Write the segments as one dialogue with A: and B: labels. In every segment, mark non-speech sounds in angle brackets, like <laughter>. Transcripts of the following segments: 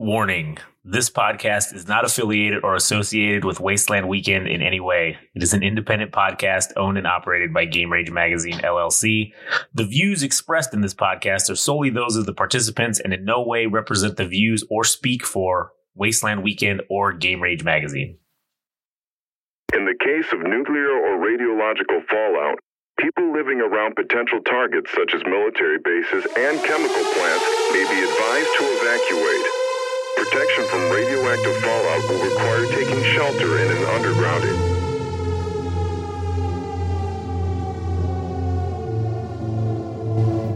A: Warning this podcast is not affiliated or associated with Wasteland Weekend in any way. It is an independent podcast owned and operated by Game Rage Magazine, LLC. The views expressed in this podcast are solely those of the participants and in no way represent the views or speak for Wasteland Weekend or Game Rage Magazine.
B: In the case of nuclear or radiological fallout, people living around potential targets such as military bases and chemical plants may be advised to evacuate. Protection from radioactive fallout will require taking shelter in an underground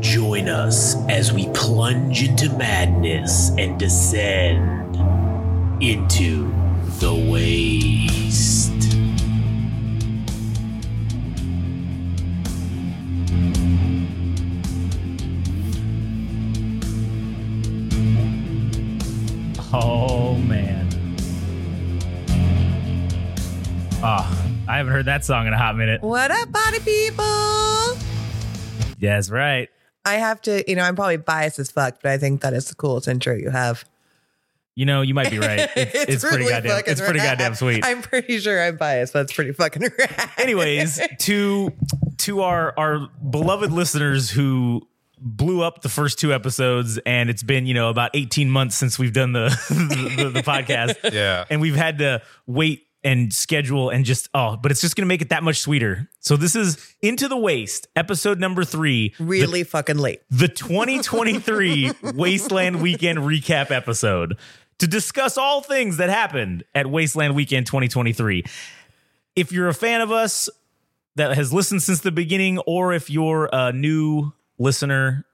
C: Join us as we plunge into madness and descend into the waste.
D: Oh man. Oh, I haven't heard that song in a hot minute.
E: What up, body people? I
D: That's right.
E: have to, you know, I'm probably biased as fuck, but I think that is the coolest intro you have.
D: You know, you might
E: <laughs>
D: be right. It's, it's pretty goddamn. It's pretty
E: rad.
D: goddamn
E: <laughs>
D: sweet.
E: I'm pretty sure I'm biased, but it's pretty fucking rad.
D: Anyways, to to our our beloved listeners who blew up the first two episodes, and it's been you know about eighteen months since we've done the <laughs> the, the podcast.
F: Yeah.
D: and we've had to wait and schedule and just oh, but it's just gonna make it that much sweeter. So this is into the waste, episode number three,
E: <laughs> really fucking late.
F: <laughs>
D: the 2023 Wasteland Weekend recap episode to discuss all things that happened at Wasteland Weekend 2023. If you're a fan of us that has listened since the beginning, or if you're a new listener,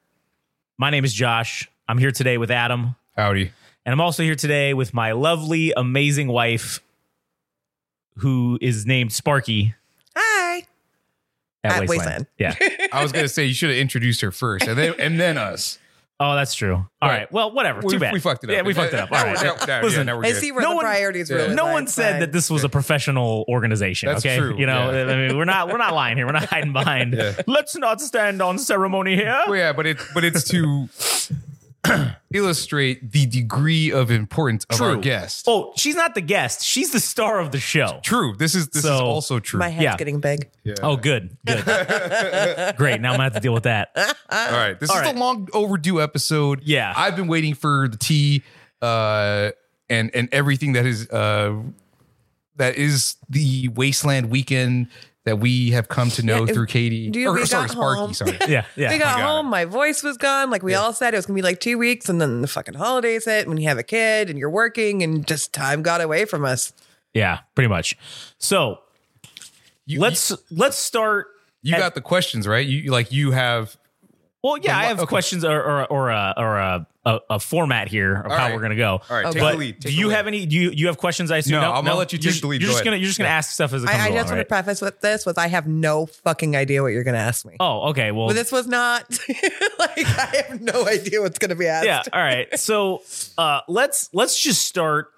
D: my name is Josh. I'm here today with Adam,
F: Howdy.
D: and I'm also here today with my lovely, amazing wife, who is named Sparky
E: Hi.
D: at,
E: At
D: Wasteland.
F: <laughs>
D: Yeah.
F: I was gonna say you should have introduced her first, and then and then us.
D: Oh, that's true. All right.
F: Right.
D: Well, whatever.
F: we,
D: <laughs> Too bad.
F: we fucked it up.
D: Yeah, we fucked it up. All right.
F: Now- now-
D: Listen,
F: yeah, now <laughs> we're
E: I
F: good.
E: see where
D: No
E: the
D: one-
E: priorities were.
F: yeah.
E: really.
D: no
E: lie.
D: one
E: It's
D: said
E: fine.
D: that this was a professional organization.
F: That's
D: okay,
F: true,
D: you know,
F: yeah.
D: I mean, we're not we're not lying here. We're
F: <laughs>
D: not hiding behind.
F: Yeah.
D: Let's not stand on ceremony here.
F: Well, yeah, but it but it's
E: <coughs>
F: to illustrate the degree of importance of our guest.
D: Oh, she's not the guest. She's the star of the show.
F: True. This is this
D: So-
F: is also true.
E: My head's
D: Yeah.
E: getting big.
F: Yeah.
D: Oh, good,
F: <laughs>
D: good, great. Now I'm gonna have to deal with that.
E: uh,
F: all right. This
D: all
F: is
D: right.
F: a long overdue episode.
D: Yeah.
F: I've been waiting for the tea uh and and everything that is uh that is the wasteland weekend that we have come to know
E: Yeah, if-
F: through Katie.
E: dude, we
F: sorry,
E: got
F: Sparky,
E: home.
F: sorry.
D: Yeah, yeah.
E: we got
F: God.
E: home. My voice was gone. Like we all said, it was gonna be like two weeks, and then the fucking holidays hit. When you have a kid and you're working, and just time got away from us.
D: yeah, pretty much. So
F: You-
D: let's let's start.
F: You got the questions right. You like you have
D: Well, yeah, I have
F: Okay.
D: questions or or or a or a, a, a format here of
F: All
D: how
F: right.
D: we're gonna go.
F: all right.
E: Okay.
F: Take
D: But
F: the lead.
D: do you have any? Do you you have questions? I assume.
F: No, I'm gonna let you
D: You're
F: take
D: ju-
F: the lead.
D: You're
F: Go
D: just
F: ahead.
D: gonna you're just gonna ask stuff as it
E: I,
D: comes
E: I
D: along,
E: just want to
D: right?
E: preface with this: with I have no fucking idea what you're gonna ask me.
D: Oh, okay. Well,
E: But this was not <laughs> like I have no idea what's going to be asked.
F: <laughs>
D: yeah all right so uh let's let's just start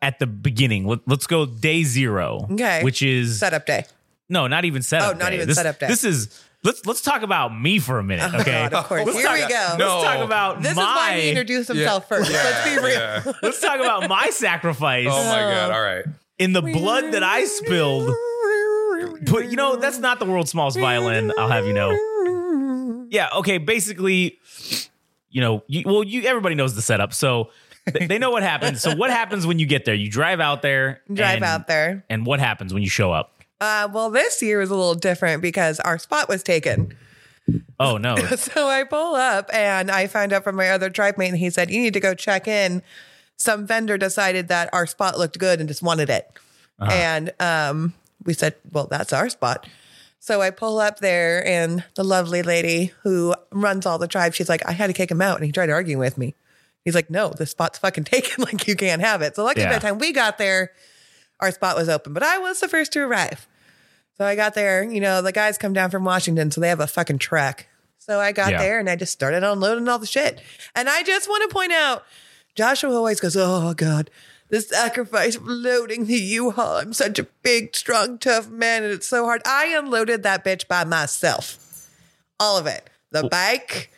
D: at the beginning Let, let's go day zero
E: Okay.
D: which is
E: Setup day.
D: no not even setup
E: Oh, not
D: day.
E: even
D: this,
E: setup day.
D: this is let's let's talk about me for a
F: Oh,
D: minute okay
E: Oh
D: Oh,
E: God, of course.
D: let's
E: Here
D: talk,
E: we go.
F: No.
D: let's talk about
E: This
D: my
E: is why he introduced
F: Yeah.
E: himself first. Let's be real.
F: Yeah.
D: let's talk about my sacrifice
F: Oh my god! All right.
D: in the blood that i spilled But you know, that's not the world's smallest violin. I'll have you know. Yeah. Okay. Basically, you know, you, well, you everybody knows the setup, so th- they know what happens. So what happens when you get there? You drive out there.
E: Drive
D: and-
E: out there.
D: And what happens when you show up?
E: Uh, well, this year was a little different because our spot was taken.
D: Oh no.
E: <laughs> So I pull up and I found out from my other tribe mate, and he said, You need to go check in. Some vendor decided that our spot looked good and just wanted it. And um, we said, Well, that's our spot. So I pull up there, and the lovely lady who runs all the tribe, she's like, I had to kick him out. And he tried arguing with me. He's like, No, this spot's fucking <laughs> taken. Like, you can't have it. So luckily,
D: Yeah.
E: by the time we got there, our spot was open, but I was the first to arrive. So I got there, you know, the guys come down from Washington, so they have a fucking track. So I got
D: Yeah.
E: there and I just started unloading all the shit. And I just want to point out Joshua always goes, Oh God, the sacrifice of loading the U-Haul. I'm such a big, strong, tough man, and it's so hard. I unloaded that bitch by myself. All of it. The bike,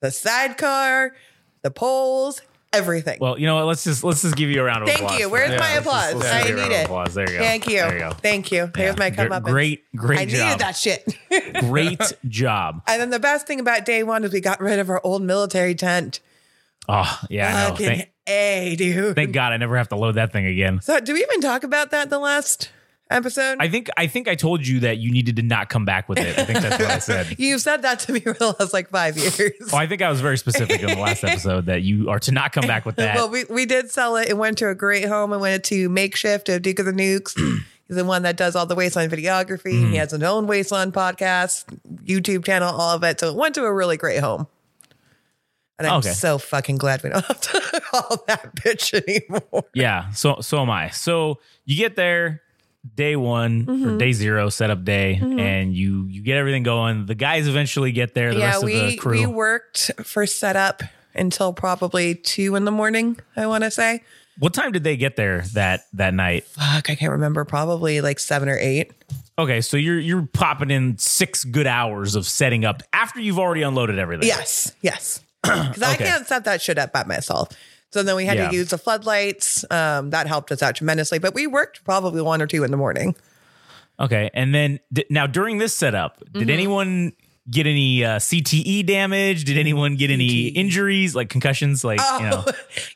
E: the sidecar, the poles, everything.
D: Well, you know what? Let's just let's just give you a round of
E: Thank
D: applause.
E: you. Where's
D: for that.
E: my
F: Yeah, let's
E: applause?
F: just-
E: I
F: let's just
D: Give you a
E: need
D: round of
E: it.
D: applause. There you go.
E: Thank you.
D: There you go.
E: Thank you. Here's my come up.
D: Great, great
E: I
D: job.
E: needed that shit. <laughs>
D: Great job.
E: and then the best thing about day one is we got rid of our old military tent.
D: Oh yeah, I know.
E: Fucking
D: Thank,
E: A, dude.
D: thank God I never have to load that thing again.
E: so, do we even talk about that in the last episode?
D: I think I think I told you that you needed to not come back with it. I think that's what
E: <laughs>
D: I said.
E: You've said that to me for the last like five years.
D: Oh, I think I was very specific in the
E: <laughs>
D: last episode that you are to not come back with that.
E: Well, we, we did sell it. It went to a great home. It went to Makeshift of Duke of the
D: <clears throat>
E: Nukes. He's the one that does all the Wasteland videography.
D: Mm.
E: He has his own Wasteland podcast, YouTube channel, all of it. So it went to a really great home. And I'm
D: Okay.
E: so fucking glad we don't have to <laughs> all that bitch anymore.
D: yeah, so so am I. So you get there day one
E: Mm-hmm.
D: or day zero setup day, and you you get everything going. The guys eventually get there. The
E: yeah,
D: rest of the
E: we
D: crew.
E: we worked for setup until probably two in the morning, I want to say.
D: what time did they get there that that night?
E: Fuck, I can't remember. Probably like seven or eight.
D: Okay, so you're you're popping in six good hours of setting up after you've already unloaded everything.
E: Yes, yes. <clears throat> Because I
D: Okay.
E: can't set that shit up by myself. So then we had
D: Yeah.
E: to use the floodlights. Um, that helped us out tremendously. But we worked probably one or two in the
D: <laughs>
E: morning.
D: Okay, and then d- now during this setup,
E: Mm-hmm.
D: did anyone get any uh, CTE damage? Did anyone get any
E: E.
D: injuries, like concussions? Like you
E: Oh,
D: know,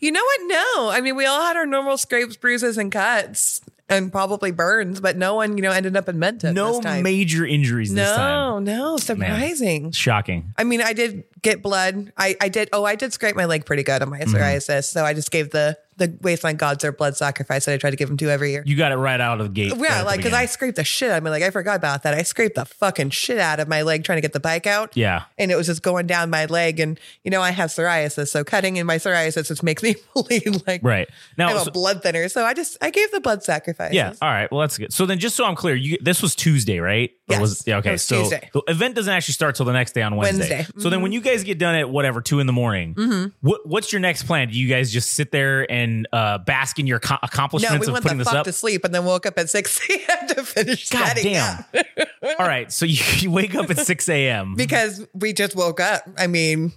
E: You know what? No, I mean we all had our normal scrapes, bruises, and cuts, and probably burns. But no one, you know, ended up in med tent <laughs>
D: no
E: this time.
D: major injuries this time.
E: no, no, surprising.
D: Shocking.
E: I mean, I did get blood. I, I did. Oh, I did scrape my leg pretty good on
D: Mm-hmm.
E: my psoriasis. So I just gave the the wasteland gods their blood sacrifice that I try to give them to every year.
D: You got it right out of the gate. right at
E: Yeah,
D: the
E: like because I
D: beginning.
E: scraped the shit. I mean, like I forgot about that. I scraped the fucking shit out of my leg trying to get the bike out.
D: Yeah.
E: and it was just going down my leg. And you know, I have psoriasis, so cutting in my psoriasis just makes me <laughs> bleed like
D: Right
E: I'm
D: now,
E: a
D: so-
E: blood thinner. So I just I gave the blood sacrifice.
D: yeah. All right. Well, that's good. So then, just so I'm clear, you this was Tuesday, right? Or was-
E: Yes.
D: yeah.
E: It
D: Okay.
E: was
D: So
E: Tuesday.
D: the event doesn't actually start till the next day on Wednesday.
E: Wednesday. Mm-hmm.
D: So then, when you guys get done at whatever two in the morning, what what's your next plan? Do you guys just sit there and uh, bask in your co-
E: No,
D: accomplishments
E: we
D: of
E: went
D: putting
E: the
D: this
E: fuck
D: up?
E: to sleep and then woke up at 6 <laughs> a.m. to finish
D: God
E: setting
D: damn.
E: up <laughs>
D: All right. So you, you wake up at 6 a.m.
E: because we just woke up. I mean,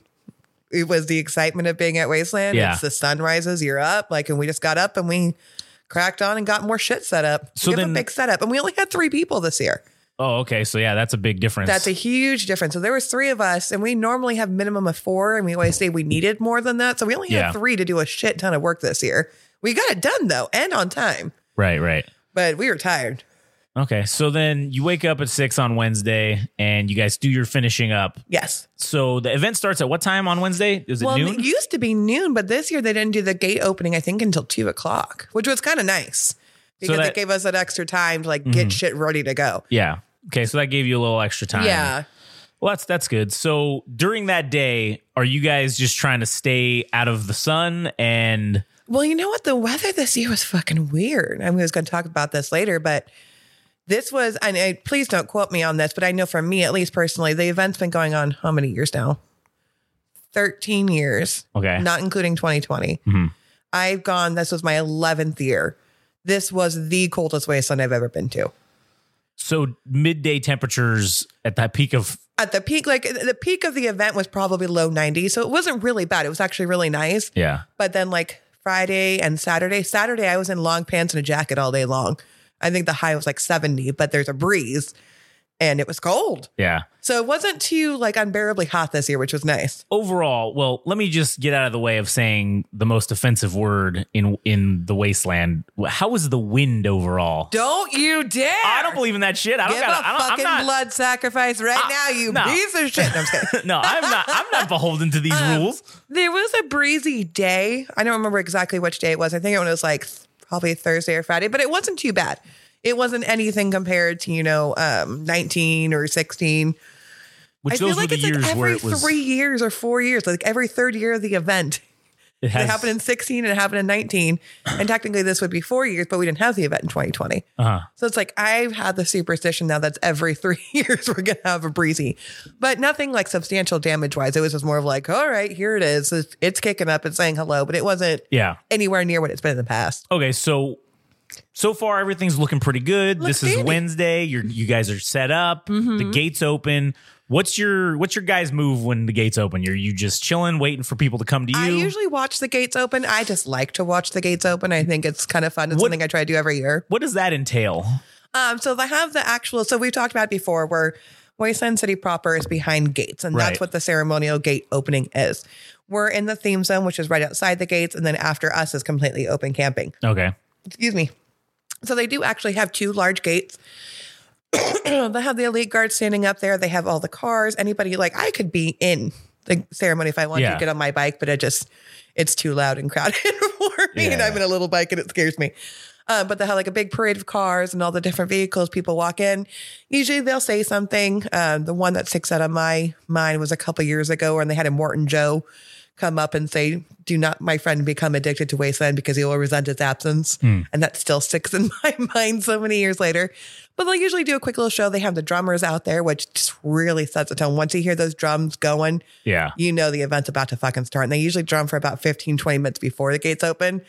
E: it was the excitement of being at Wasteland.
D: Yeah.
E: It's the sun rises, you're up. Like, and we just got up and we cracked on and got more shit set up. we
D: So
E: have
D: then-
E: a big setup, and we only had three people this year.
D: Oh, okay. So yeah, that's a big difference.
E: That's a huge difference. So there was three of us, and we normally have minimum of four, and we always say we needed more than that. So we only
D: Yeah.
E: had three to do a shit ton of work this year. We got it done though, and on time.
D: right, right.
E: But we were tired.
D: Okay. So then you wake up at six on Wednesday and you guys do your finishing up.
E: Yes.
D: So the event starts at what time on Wednesday? Is it
E: well,
D: noon?
E: it used to be noon, but this year they didn't do the gate opening, I think, until two o'clock, which was kind of nice because
D: that-
E: it gave us that extra time to like get shit ready to go.
D: yeah. Okay. So that gave you a little extra time.
E: Yeah.
D: Well, that's that's good. So during that day, are you guys just trying to stay out of the sun and
E: Well, you know what? The weather this year was fucking weird. I mean, I was going to talk about this later, but this was, and I, please don't quote me on this, but I know for me, at least personally, the event's been going on how many years now? 13 years.
D: Okay.
E: Not including 2020.
D: Mm-hmm.
E: I've gone, this was my 11th year. This was the coldest wasteland I've ever been to.
D: so midday temperatures at that peak of
E: at the peak, like the peak of the event was probably low 90. So it wasn't really bad. It was actually really nice.
D: Yeah.
E: But then like Friday and Saturday, Saturday, I was in long pants and a jacket all day long. I think the high was like 70, but there's a breeze and it was cold.
D: Yeah.
E: So it wasn't too like unbearably hot this year, which was nice.
D: overall, well, let me just get out of the way of saying the most offensive word in in the wasteland. How was the wind overall?
E: Don't you dare.
D: I don't believe in that shit. I don't
E: Give
D: got.
E: a
D: I
E: fucking
D: don't, I'm not.
E: blood sacrifice right now, you
D: no.
E: piece of shit. No, I'm just kidding.
D: No, I'm not. I'm
E: <laughs>
D: not beholden to these
E: Uh,
D: rules.
E: There was a breezy day. I don't remember exactly which day it was. I think it was like th- probably Thursday or Friday, but it wasn't too bad. It wasn't anything compared to, you know, um, 19 or 16.
D: Which
E: I
D: those
E: feel
D: were
E: like
D: the
E: it's like
D: years
E: every
D: where it was.
E: three years or four years, like every third year of the event.
D: it
E: It
D: has,
E: happened in 16 and it happened in 19. And technically this would be four years, but we didn't have the event in 2020.
D: Uh-huh.
E: So it's like I've had the superstition now that's every <laughs> three years we're gonna have a breezy, but nothing like substantial damage wise. It was just more of like, all right, here it is. It's, it's kicking up and saying hello, but it wasn't
D: Yeah.
E: anywhere near what it's been in the past.
D: Okay. So. So far, everything's looking pretty good.
E: Looks Mm-hmm.
D: this is
E: dandy.
D: Wednesday. You're, you guys are set up. The gates open. What's your what's your guys' move when the gates open? Are you just chilling, waiting for people to come to you?
E: I usually watch the gates open. I just like to watch the gates open. I think it's kind of fun. It's
D: What-
E: something I try to do every year.
D: what does that entail?
E: Um, so they have the actual. So we've talked about it before where Wasteland City proper is behind gates, and
D: Right.
E: that's what the ceremonial gate opening is. We're in the theme zone, which is right outside the gates, and then after us is completely open camping.
D: Okay.
E: Excuse me. So they do actually have two large gates. <clears throat> they have the elite guard standing up there. They have all the cars. Anybody like I could be in the ceremony if I wanted
D: Yeah.
E: to get on my bike, but I just it's too loud and crowded <laughs> for me. And I'm in a little bike and it scares me. Um, but they have like a big parade of cars and all the different vehicles. People walk in. Usually they'll say something. Um, the one that sticks out of my mind was a couple years ago, and they had a Morton Joe come up and say, "Do not, my friend, become addicted to Wasteland because he will resent its absence." And that still sticks in <laughs> my mind so many years later. But they'll usually do a quick little show. They have the drummers out there, which just really sets the tone. Once you hear those drums going,
D: Yeah.
E: you know the event's about to fucking start. And they usually drum for about 15, 20 minutes before the gates open.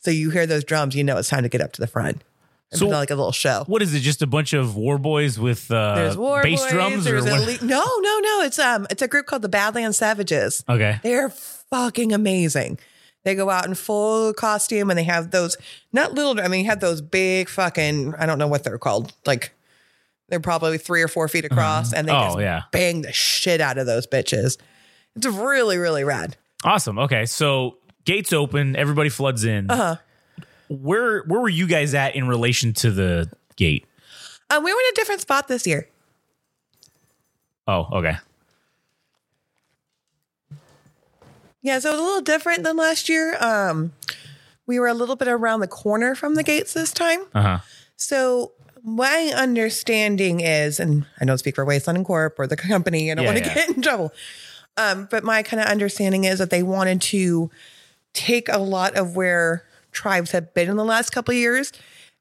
E: So you hear those drums, you know it's time to get up to the front. And
D: So-
E: so, like a little show.
D: What is it? Just a bunch of war boys with uh,
E: There's war
D: bass
E: boys,
D: drums
E: there's
D: or what?
E: elite- No, no, no. It's um it's a group called the Badland Savages.
D: Okay.
E: They're fucking amazing. They go out in full costume and they have those not little. I mean, you have those big fucking. I don't know what they're called. Like they're probably three or four feet across, and they
D: Oh,
E: just
D: yeah.
E: bang the shit out of those bitches. It's really really rad.
D: Awesome. Okay. So gates open, everybody floods in.
E: Uh-huh.
D: Where where were you guys at in relation to the gate?
E: Um, we were in a different spot this year.
D: Oh, okay.
E: Yeah, so it was a little different than last year. Um, we were a little bit around the corner from the gates this time.
D: Uh-huh.
E: So my understanding is, and I don't speak for Wasteland and Corp or the company. I don't
D: Yeah,
E: want to
D: yeah.
E: get in trouble. Um, but my kind of understanding is that they wanted to take a lot of where tribes have been in the last couple of years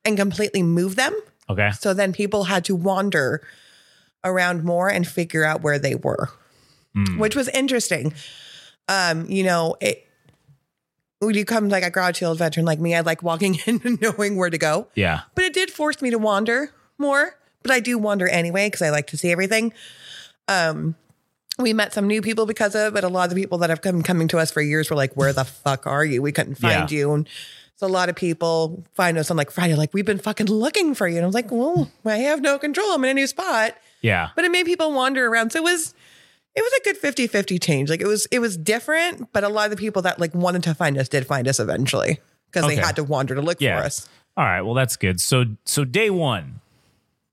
E: and completely move them.
D: Okay.
E: So then people had to wander around more and figure out where they were, which was interesting. Um, you know, it, when you come like a Grouch Hill veteran like me, I like walking <laughs> in and knowing where to go
D: Yeah.
E: but it did force me to wander more. But I do wander anyway because I like to see everything. Um, we met some new people because of it, but a lot of the people that have come coming to us for years were like, "Where
D: <laughs>
E: the fuck are you? We couldn't find
D: Yeah.
E: you." And so a lot of people find us on like Friday, like we've been fucking looking for you. And I was like, "Well, I have no control. I'm in a new spot."
D: Yeah.
E: But it made people wander around, so it was it was a good 50-50 change. Like it was it was different, but a lot of the people that like wanted to find us did find us eventually because
D: Okay.
E: they had to wander to look
D: Yeah.
E: for us.
D: All right. Well, that's good. So so day 1,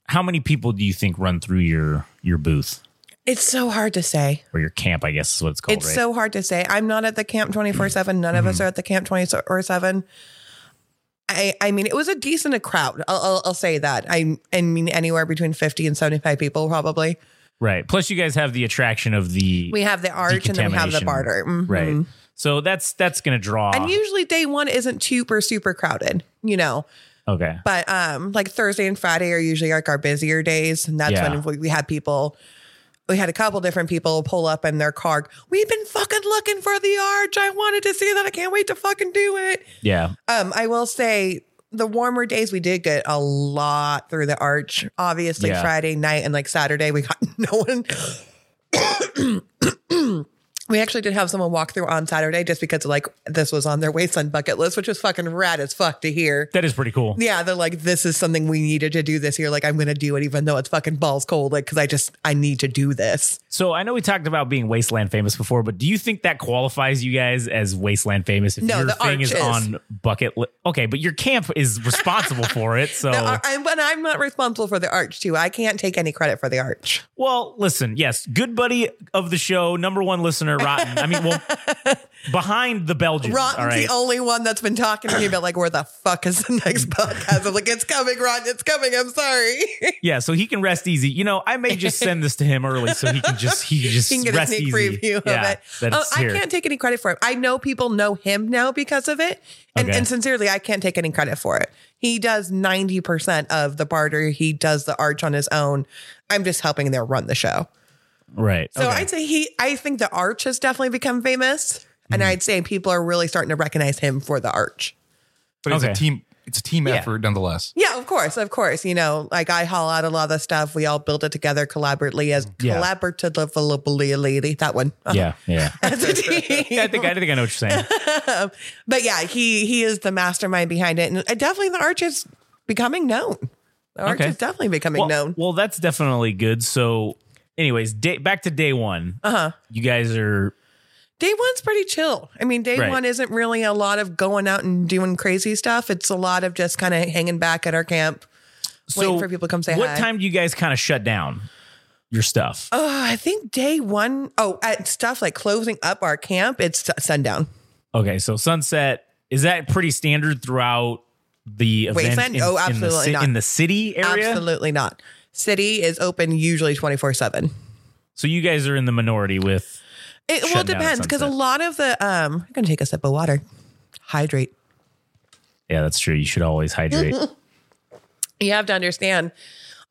D: how many people do you think run through your your booth
E: It's so hard to say.
D: or your camp, I guess is what it's Mm-hmm. called,
E: It's
D: right?
E: so hard to say. I'm not at the camp 24 7. None of us are at the camp 24 7. I, I mean, it was a decent crowd. I'll, I'll, I'll say that. I, I mean, anywhere between 50 and 75 people, probably.
D: right. Plus you guys have the attraction of the
E: We have the arch and then we have the
D: Decontamination.
E: barter. Mhm.
D: right. Ah. So that's that's going to draw
E: And usually day one isn't super, super crowded, you know,
D: Okay.
E: but um, like Thursday and Friday are usually like our busier days. And that's
D: Yeah.
E: when we, we had people. We had a couple different people pull up in their car. We've been fucking looking for the arch. I wanted to see that. I can't wait to fucking do it.
D: Yeah.
E: Um, I will say the warmer days we did get a lot through the arch. Obviously,
D: Yeah.
E: Friday night and like Saturday, we got <laughs> no one. <coughs> we actually did have someone walk through on Saturday just because like this was on their wasteland bucket list, which was fucking rad as fuck to hear.
D: That is pretty cool.
E: Yeah, they're like, this is something we needed to do this year. Like, I'm gonna do it even though it's fucking balls cold. Like, cause I just I need to do this.
D: So I know we talked about being wasteland famous before, but do you think that qualifies you guys as wasteland famous if
E: No,
D: your
E: the
D: thing is,
E: arch is.
D: on bucket list? Okay, but your camp is responsible for it. So
E: <laughs> The ar- I'm, but I'm not responsible for the arch too. I can't take any credit for the arch.
D: well, listen, yes, good buddy of the show, number one listener, Rotten. I mean,
E: <laughs>
D: well, behind the Belgians. all
E: Rotten's
D: right.
E: the only one that's been talking to me about like where the fuck is the
D: <laughs>
E: next podcast? I'm like, it's coming, Rotten, it's coming. I'm sorry. <laughs>
D: yeah, so he can rest easy. You know, I may just send this to him early so he can just
E: <laughs>
D: he can just
E: you can get a
D: rest
E: sneak
D: easy.
E: preview of
D: yeah,
E: it.
D: that
E: Oh,
D: it's
E: I
D: here.
E: can't take any credit for it. I know people know him now because of it, and,
D: Okay.
E: and sincerely, I can't take any credit for it. He does ninety percent of the barter. He does the arch on his own. I'm just helping them run the show.
D: Right.
E: So
D: okay.
E: I'd say he. I think the arch has definitely become
D: Mm-hmm.
E: famous, and I'd say people are really starting to recognize him for the arch.
F: But it's
D: Okay.
F: a team it's a team
D: Yeah.
F: effort
D: <laughs>
F: nonetheless.
E: Yeah, of course, of course. You know, like I haul out a lot of the stuff. We all build it together collaboratively as
D: Yeah.
E: collaboratively. That one. <laughs>
D: Yeah, yeah.
E: As a team.
D: yeah I think I think I know what you're saying.
E: but yeah, he he is the mastermind behind it, and uh, definitely the arch is becoming known. The arch
D: Okay.
E: is definitely becoming
D: well,
E: known.
D: well, that's definitely good. So, anyways, day, back to day one. Uh
E: Uh-huh.
D: huh. You guys are
E: Day one's pretty chill. I mean, day
D: Right.
E: one isn't really a lot of going out and doing crazy stuff. It's a lot of just kind of hanging back at our camp.
D: so
E: Waiting for people to come say
D: What
E: hi.
D: time do you guys kind of shut down your stuff?
E: Oh, I think day one, oh, at stuff like closing up our camp, it's sundown.
D: Okay, so sunset is that pretty standard throughout the event
E: Wasteland?
D: in,
E: Oh,
D: in the
E: absolutely
D: ci-
E: not.
D: in the city area?
E: Absolutely not. City is open usually 24 7.
D: So you guys are in the minority with
E: It
D: Shut
E: well
D: down at
E: depends because a
D: sunset.
E: lot of the, um, I'm going to take a sip of water, hydrate.
D: Yeah, that's true. You should
E: <laughs>
D: always hydrate.
E: You have to understand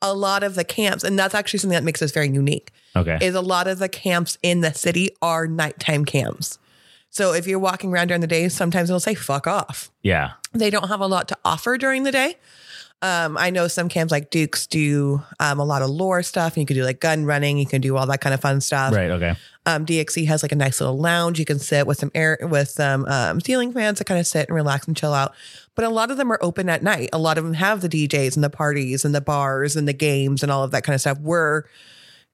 E: a lot of the camps, and that's actually something that makes us very unique,
D: Okay.
E: is a lot of the camps in the city are nighttime camps. So if you're walking around during the day, sometimes it'll say fuck off.
D: yeah.
E: they don't have a lot to offer during the day. Um, I know some camps like Duke's do um, a lot of lore stuff, and you can do like gun running, you can do all that kind of fun stuff.
D: Right, okay.
E: Um, DXE has like a nice little lounge you can sit with some air with some um, ceiling fans to kind of sit and relax and chill out. But a lot of them are open at night. A lot of them have the DJs and the parties and the bars and the games and all of that kind of stuff. We're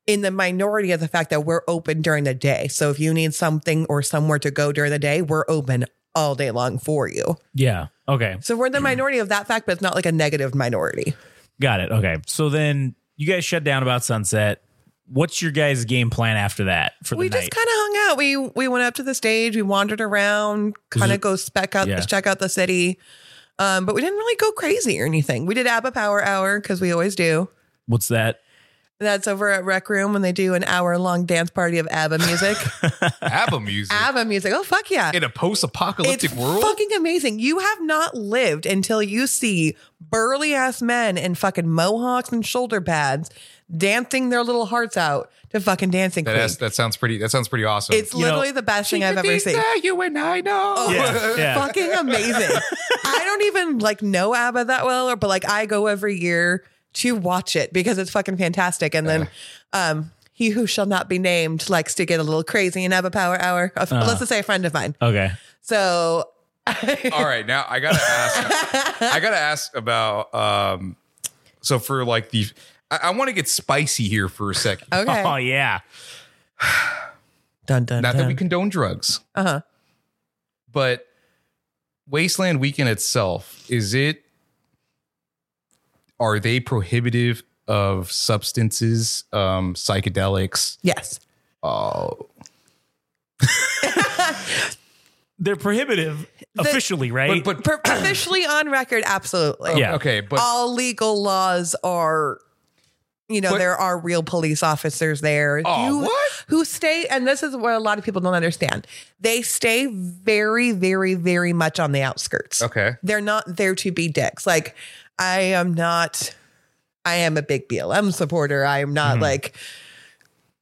E: in the minority of the fact that we're open during the day. So if you need something or somewhere to go during the day, we're open all day long for you.
D: Yeah. Okay.
E: So we're the minority of that fact, but it's not like a negative minority.
D: Got it. Okay. So then you guys shut down about sunset. What's your guys' game plan after that for
E: We
D: the
E: just
D: night?
E: kind of hung out. We we went up to the stage, we wandered around, kind of go spec out,
D: yeah.
E: check out the city. Um, but we didn't really go crazy or anything. We did ABBA Power Hour because we always do. <laughs>
D: What's that?
E: That's over at Rec Room when they do an hour long dance party of ABBA
D: <laughs>
E: music.
F: ABBA music
E: ABBA music. Oh fuck yeah!
F: in a post-apocalyptic
E: it's
F: world.
E: fucking amazing. You have not lived until you see burly ass men in fucking mohawks and shoulder pads dancing their little hearts out to fucking dancing
F: that,
E: queen.
F: has- that sounds pretty. That sounds pretty awesome.
E: It's
D: know,
E: literally the best thing I've ever seen. Oh.
F: you and I know.
D: Yeah. Yeah.
E: Fucking amazing. I don't even like know ABBA that well, or but like I go every year to watch it because it's fucking fantastic. And then
D: Uh-huh.
E: um he who shall not be named likes to get a little crazy in ABBA Power Hour. A-
D: Uh-huh.
E: let's just say a friend of mine. <laughs>
D: Okay.
E: So
F: All right, now I gotta
E: <laughs>
F: ask. I gotta ask about. um So for like the, I, I want to get spicy here for a second.
E: okay.
D: Oh yeah.
E: dun, dun,
F: Not that we
E: dun.
F: condone drugs,
E: Uh-huh.
F: but Wasteland Weekend itself is it? Are they prohibitive of substances, um, psychedelics?
E: Yes.
F: Oh,
D: They're prohibitive officially, right?
F: but but
E: Per- officially on record, absolutely.
D: Yeah.
F: okay, but
E: All legal laws are, you know,
F: But-
E: there are real police officers there.
F: Oh,
E: who,
F: what?
E: Who stay, and this is what a lot of people don't understand. They stay very, very, very much on the outskirts.
F: okay,
E: They're not there to be dicks. Like, I am not, I am a big BLM supporter. I am
F: Mm-hmm.
E: not like,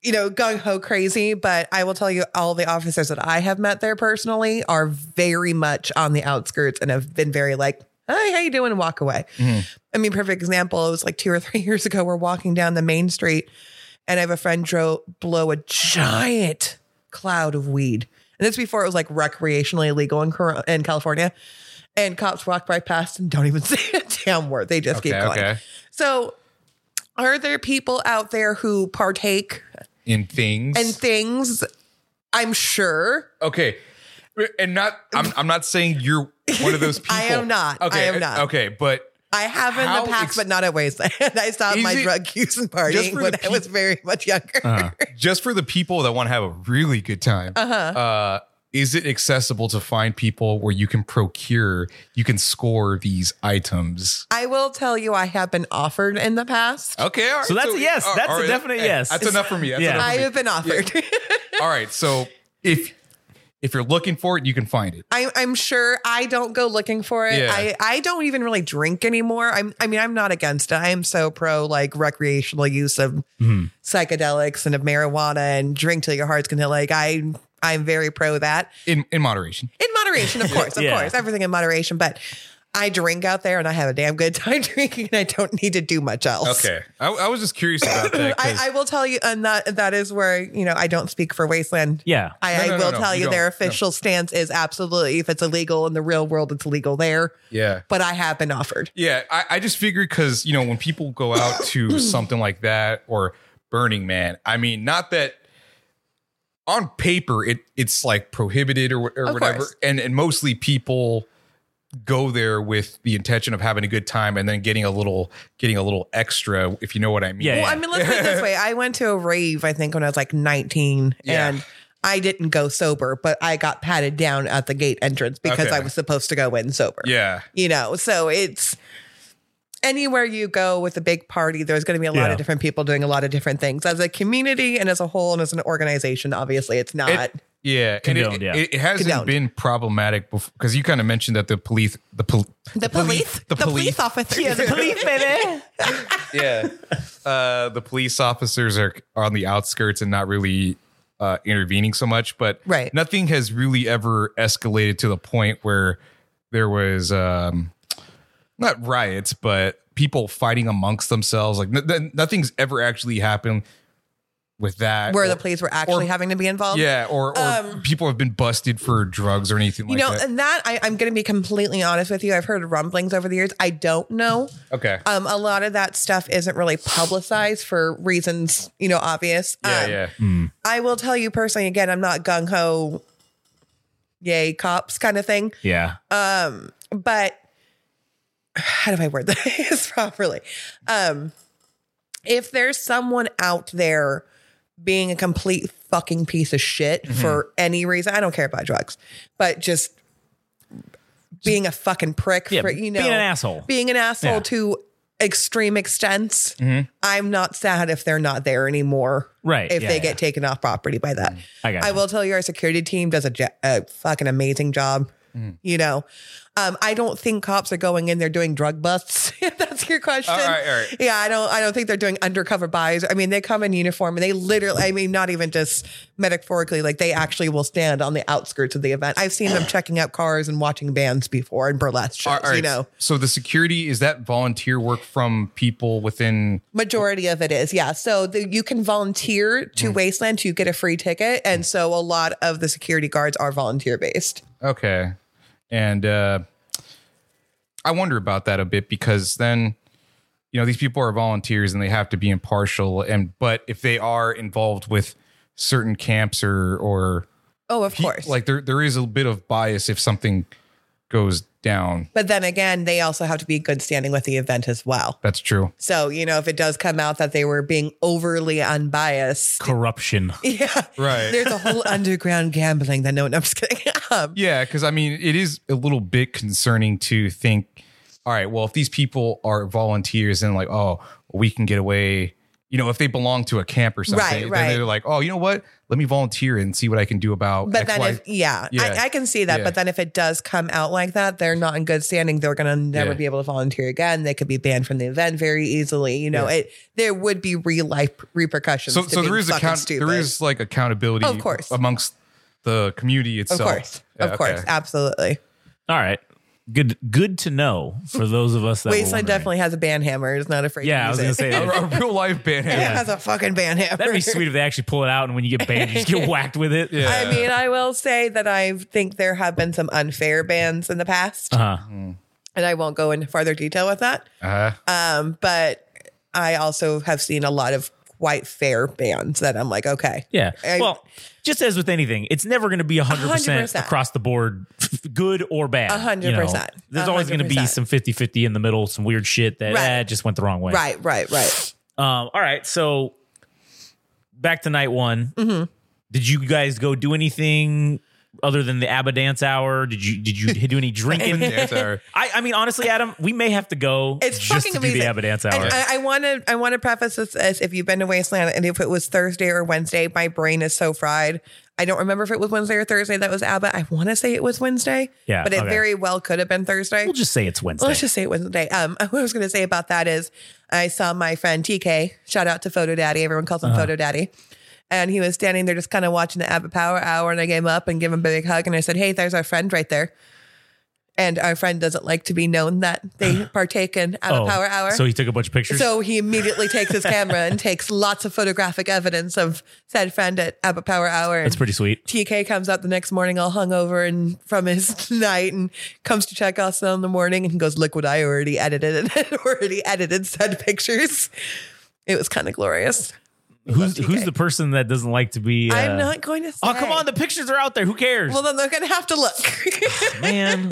E: you know, gung ho crazy, but I will tell you, all the officers that I have met there personally are very much on the outskirts and have been very like, hey, how you doing? And walk away.
F: Mm-hmm.
E: I mean, perfect example. It was like two or three <laughs> years ago. We're walking down the main street, and I have a friend drove blow a giant cloud of weed, and this before it was like recreationally illegal in, Cor- in California. And cops walk right past and don't even <laughs> say a damn word. They just keep
F: Okay,
E: going.
F: okay.
E: So, are there people out there who partake
F: in things
E: and things. I'm sure.
F: Okay. And not I'm I'm not saying you're one of those people.
E: <laughs> I am not. I
F: Okay.
E: am not.
F: Okay, but
E: I have in
F: How
E: the past,
F: ex-
E: but not at Wasteland. <laughs> I stopped
F: Is
E: my
F: it-
E: drug use and
F: Just
E: partying
F: for
E: when
F: the Uh-huh.
E: I was very much younger.
F: just for the people that want to have a really good time. Uh-huh. is it accessible to find people where you can procure, you can score these items?
E: <laughs> I will tell you, I have been offered in the past.
F: Okay, all right.
D: So that's a yes.
F: all
D: That's a
F: all
D: definite
F: Hey,
D: yes.
F: That's enough for me. That's
D: Yeah.
F: enough
E: I
F: for me.
E: have been offered.
F: All right. So if if you're looking for it, you can find it.
E: I, I'm sure I don't go looking for it.
F: Yeah.
E: I, I don't even really drink anymore. I'm, I mean, I'm not against it. I am so pro like recreational use of
F: Mm-hmm.
E: psychedelics and of marijuana and drink till your heart's gonna like. I I'm very pro that.
F: In in moderation.
E: in moderation, of course, of
F: <laughs>
D: Yeah.
E: course, everything in moderation. But I drink out there and I have a damn good <laughs> time drinking and I don't need to do much else.
F: Okay, I, I was just curious about
D: <coughs>
F: that. 'cause-
E: I, I will tell you, and that that is where you know I don't speak for Wasteland.
D: Yeah.
E: I,
F: No, no,
E: I
F: no,
E: will
F: no,
E: tell
F: you
E: you, their
F: don't. No.
E: official stance is absolutely if it's illegal in the real world, it's legal there.
F: yeah,
E: But I have been offered.
F: yeah. I, I just figured because you know when people go
E: <clears throat>
F: out to something like that or Burning Man, I mean, not that on paper it it's like prohibited or, or
E: Of
F: whatever,
E: course.
F: and and mostly people go there with the intention of having a good time and then getting a little getting a little extra, if you know what I mean.
D: Yeah,
E: Well, I mean, let's put it this way: I went to a rave, I think, when I was like 19,
F: Yeah.
E: and I didn't go sober, but I got patted down at the gate entrance because
F: Okay.
E: I was supposed to go in sober.
F: Yeah.
E: you know so it's anywhere you go with a big party there's going to be a lot
D: Yeah.
E: of different people doing a lot of different things as a community and as a whole and as an organization obviously it's not
F: It- yeah, and
D: Condoned,
F: it,
D: yeah.
F: it, it hasn't
E: Condoned.
F: been problematic before because you kind of mentioned that the police, the, pol-
E: the police
F: the police,
E: officer
D: Yeah, the police, baby.
F: yeah, uh, the police officers are on the outskirts and not really uh, intervening so much. But
E: Right.
F: nothing has really ever escalated to the point where there was um, not riots, but people fighting amongst themselves. Like n- n- nothing's ever actually happened with that.
E: where
F: Or-
E: the police were actually
F: or-
E: having to be involved
F: Yeah, or, or people have been busted for drugs or anything
E: you
F: like
E: know
F: that.
E: and that I, i'm going to be completely honest with you i've heard rumblings over the years i don't know
F: Okay.
E: um, a lot of that stuff isn't really publicized for reasons you know obvious
F: yeah,
E: um,
F: yeah.
E: i will tell you personally again i'm not gung-ho yay cops kind of thing
D: Yeah.
E: Uh, but <sighs> how do I word <laughs> this properly? Um, if there's someone out there being a complete fucking piece of shit
D: Mm-hmm.
E: for any reason, I don't care about drugs, but just being a fucking prick
D: Yeah,
E: for you know
D: being an asshole.
E: being an asshole
D: Yeah. Mm-hmm.
E: to extreme extents. I'm not sad if they're not there anymore.
D: Right.
E: If
D: Yeah,
E: they
D: yeah.
E: get taken off property by
F: Mm.
E: that.
D: I got
E: I
D: you.
E: will tell you, our security team does a, ja- a fucking amazing job.
F: Mm.
E: You know, um, I don't think cops are going in there doing drug busts. <laughs> if that's your question,
F: All right, all right.
E: yeah, I don't. I don't think they're doing undercover buys. I mean, they come in uniform and they literally. I mean, not even just metaphorically. Like they actually will stand on the outskirts of the event. I've seen them checking out cars and watching bands before and burlesque shows.
F: All right.
E: You know,
F: So the security is that volunteer work from people within.
E: majority of it is yeah. So the, you can volunteer
F: Hmm.
E: to Wasteland to get a free ticket, and so a lot of the security guards are volunteer based.
F: Okay, and uh, I wonder about that a bit because then, you know, these people are volunteers and they have to be impartial. And but if they are involved with certain camps or or
E: Oh, of
F: pe-
E: course.
F: like there there is a bit of bias if something goes down.
E: But then again, they also have to be good standing with the event as well.
F: That's true.
E: So, you know, if it does come out that they were being overly unbiased, <laughs>
D: Corruption.
E: yeah,
F: Right.
E: there's a
F: <laughs>
E: whole underground gambling that no one, I'm just kidding. <laughs> Um,
F: Yeah, because I mean, it is a little bit concerning to think, all right, well, if these people are volunteers and like, oh, we can get away, you know, if they belong to a camp or something,
E: Right,
F: then
E: right.
F: they're like, oh, you know what? Let me volunteer and see what I can do about
E: but
F: X,
E: then
F: Y."
E: if, yeah,
F: Yeah.
E: I, I can see that.
F: Yeah.
E: But then if it does come out like that, they're not in good standing. They're going to never
F: Yeah.
E: be able to volunteer again. They could be banned from the event very easily. You know, it, there would be real life repercussions.
F: so,
E: to
F: so there
E: being
F: is
E: fucking
F: account,
E: stupid.
F: there is like accountability,
E: Of course.
F: amongst the community
E: of
F: itself.
E: course,
F: Yeah,
E: of course,
F: okay.
E: absolutely.
D: All right. Good good to know for those of us that were
E: Wasteland
D: wondering.
E: definitely has a band hammer. It's not afraid.
D: Yeah, I was
E: to
D: gonna
E: use it.
D: say
F: A, a real life band.
E: <laughs> It has a fucking band hammer.
D: that'd be sweet if they actually pull it out and when you get banned, you
E: <laughs>
D: just get whacked with it.
F: Yeah.
E: I mean, I will say that I think there have been some unfair bans in the past,
D: Uh-huh.
E: and I won't go into further detail with that.
F: Uh-huh.
E: Um, but I also have seen a lot of quite fair bans that I'm like, okay,
D: Yeah.
E: I-
D: well, just as with anything, it's never going to be 100%,
E: 100%.
D: across the board, good or bad. you know.
E: 100%.
D: There's always going to be
E: 100%.
D: some 50 50 in the middle, some weird shit that
E: Right.
D: eh, just went the wrong way.
E: right, right, right.
D: Um, all right. So back to night one.
E: Mm-hmm.
D: Did you guys go do anything other than the ABBA dance hour? Did you did you
E: <laughs>
D: do any drinking?
F: Dance hour.
D: I, I mean, honestly, Adam, we may have to go
E: It's
D: just
E: fucking
D: to
E: amazing.
D: do the ABBA dance hour.
E: And I want to I want to preface this as if you've been to Wasteland and if it was Thursday or Wednesday, my brain is so fried. I don't remember if it was Wednesday or Thursday that was ABBA. I want to say it was Wednesday.
D: Yeah,
E: But it
D: okay.
E: very well could have been Thursday.
D: we'll just say it's Wednesday.
E: Let's just say it wasn't today. Um, <laughs> what I was going to say about that is I saw my friend TK. Shout out to Photo Daddy. Everyone calls
D: Uh-huh.
E: him Photo Daddy. And he was standing there just kind of watching the Abba Power Hour. And I came up and gave him a big hug. And I said, Hey, there's our friend right there. and our friend doesn't like to be known that they partake in out of power hour.
D: Uh-huh. Oh, So he took a bunch of pictures.
E: So he immediately takes his camera and takes lots of photographic evidence of said friend at Abba Power Hour.
D: that's
E: And
D: pretty sweet.
E: TK comes out the next morning all hungover and from his <laughs> night and comes to check us in the morning and he goes, Look what I already edited and <laughs> already edited said pictures. It was kind of glorious.
D: Who's who's the person that doesn't like to be? uh,
E: I'm not going to say.
D: Oh come on! The pictures are out there. Who cares,
E: well, <laughs> then they're going to have to look.
D: man?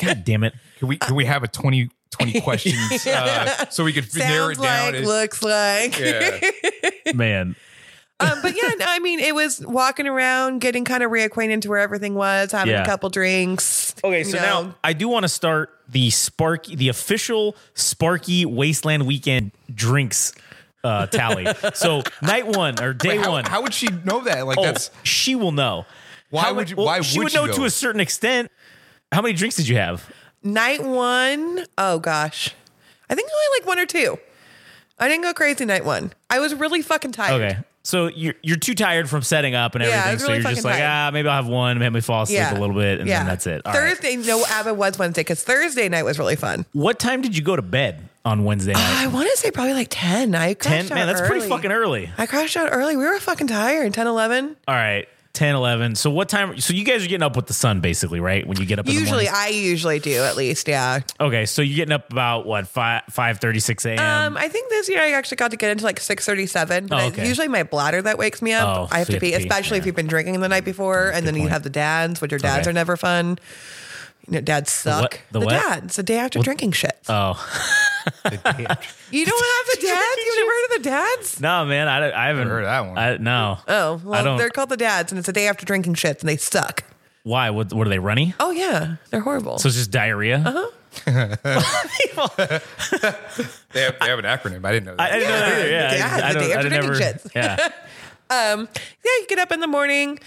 D: God damn it!
F: Can we can we have a 20,
E: <laughs>
F: 20 questions uh, so we could narrow it
E: Sounds
F: down?
E: like, looks like.
F: yeah.
D: Man,
E: <laughs> um, but yeah, no, I mean, it was walking around, getting kind of reacquainted to where everything was, having
D: Yeah.
E: a couple drinks.
D: Okay,
E: you
D: so
E: know.
D: now I do want to start the Sparky, the official Sparky Wasteland Weekend drinks uh, tally. so night one or day
F: How,
D: one,
F: how would she know that? Like
D: oh,
F: that's
D: she will know.
F: Why
D: How
F: would
D: ma-
F: you- why
D: she
F: would
D: would
F: you
D: know
F: know?
D: to a certain extent? How many drinks did you have?
E: Night one, oh gosh, I think only like one or two. I didn't go crazy night one. I was really fucking tired.
D: Okay, so you're you're too tired from setting up and
E: Yeah, I
D: everything,
E: was
D: so
E: really
D: you're just
E: fucking
D: like,
E: tired.
D: ah, maybe I'll have one, maybe fall asleep
E: Yeah.
D: a little bit, and
E: yeah,
D: then that's it. All right.
E: Thursday, no, Abba was Wednesday because Thursday night was really fun.
D: What time did you go to bed on Wednesday
E: <sighs>
D: night?
E: I want to say probably like 10. I crashed
D: Ten.
E: out
D: Man, that's
E: early.
D: pretty fucking early.
E: I crashed out early. We were fucking tired. 10, 11.
D: All right. 10, 11. So what time? So you guys are getting up with the sun basically, right? When you get up in the
E: Usually,
D: morning.
E: I usually do at least. Yeah.
D: Okay, so you're getting up about what five five thirty six a.m.
E: Um, I think this year I actually got to get into like six thirty-seven. But
D: Oh,
E: I-
D: okay.
E: usually my bladder that wakes me up.
D: Oh,
E: I have
D: so
E: to pee, especially if you've been drinking the night before, and then you
D: Mm, point.
E: have the dads, which your dads
D: Okay.
E: are never fun. You know, dads suck.
D: The what?
E: dads, the day after drinking shit. <laughs>
D: oh
E: you don't have
D: <laughs>
E: the dads. You never heard of the dads?
D: no, man, I, don't- I haven't
F: Never heard of that one.
D: I, no,
E: Oh,
D: I
E: well,
D: don't-
E: they're called the dads, and it's the day after drinking shit, and they suck.
D: why? What, what are they runny?
E: Oh yeah, they're horrible.
D: So it's just diarrhea. Uh-huh.
F: they have, they have an acronym. I didn't know
D: I,
F: that.
D: I didn't
E: <laughs>
D: know that. either. Yeah,
E: Yeah,
D: I,
E: ah, the
D: don't.
E: day
D: I
E: after
D: didn't ever.
E: drinking shits. <laughs>
D: Yeah,
E: um, yeah, you get up in the morning,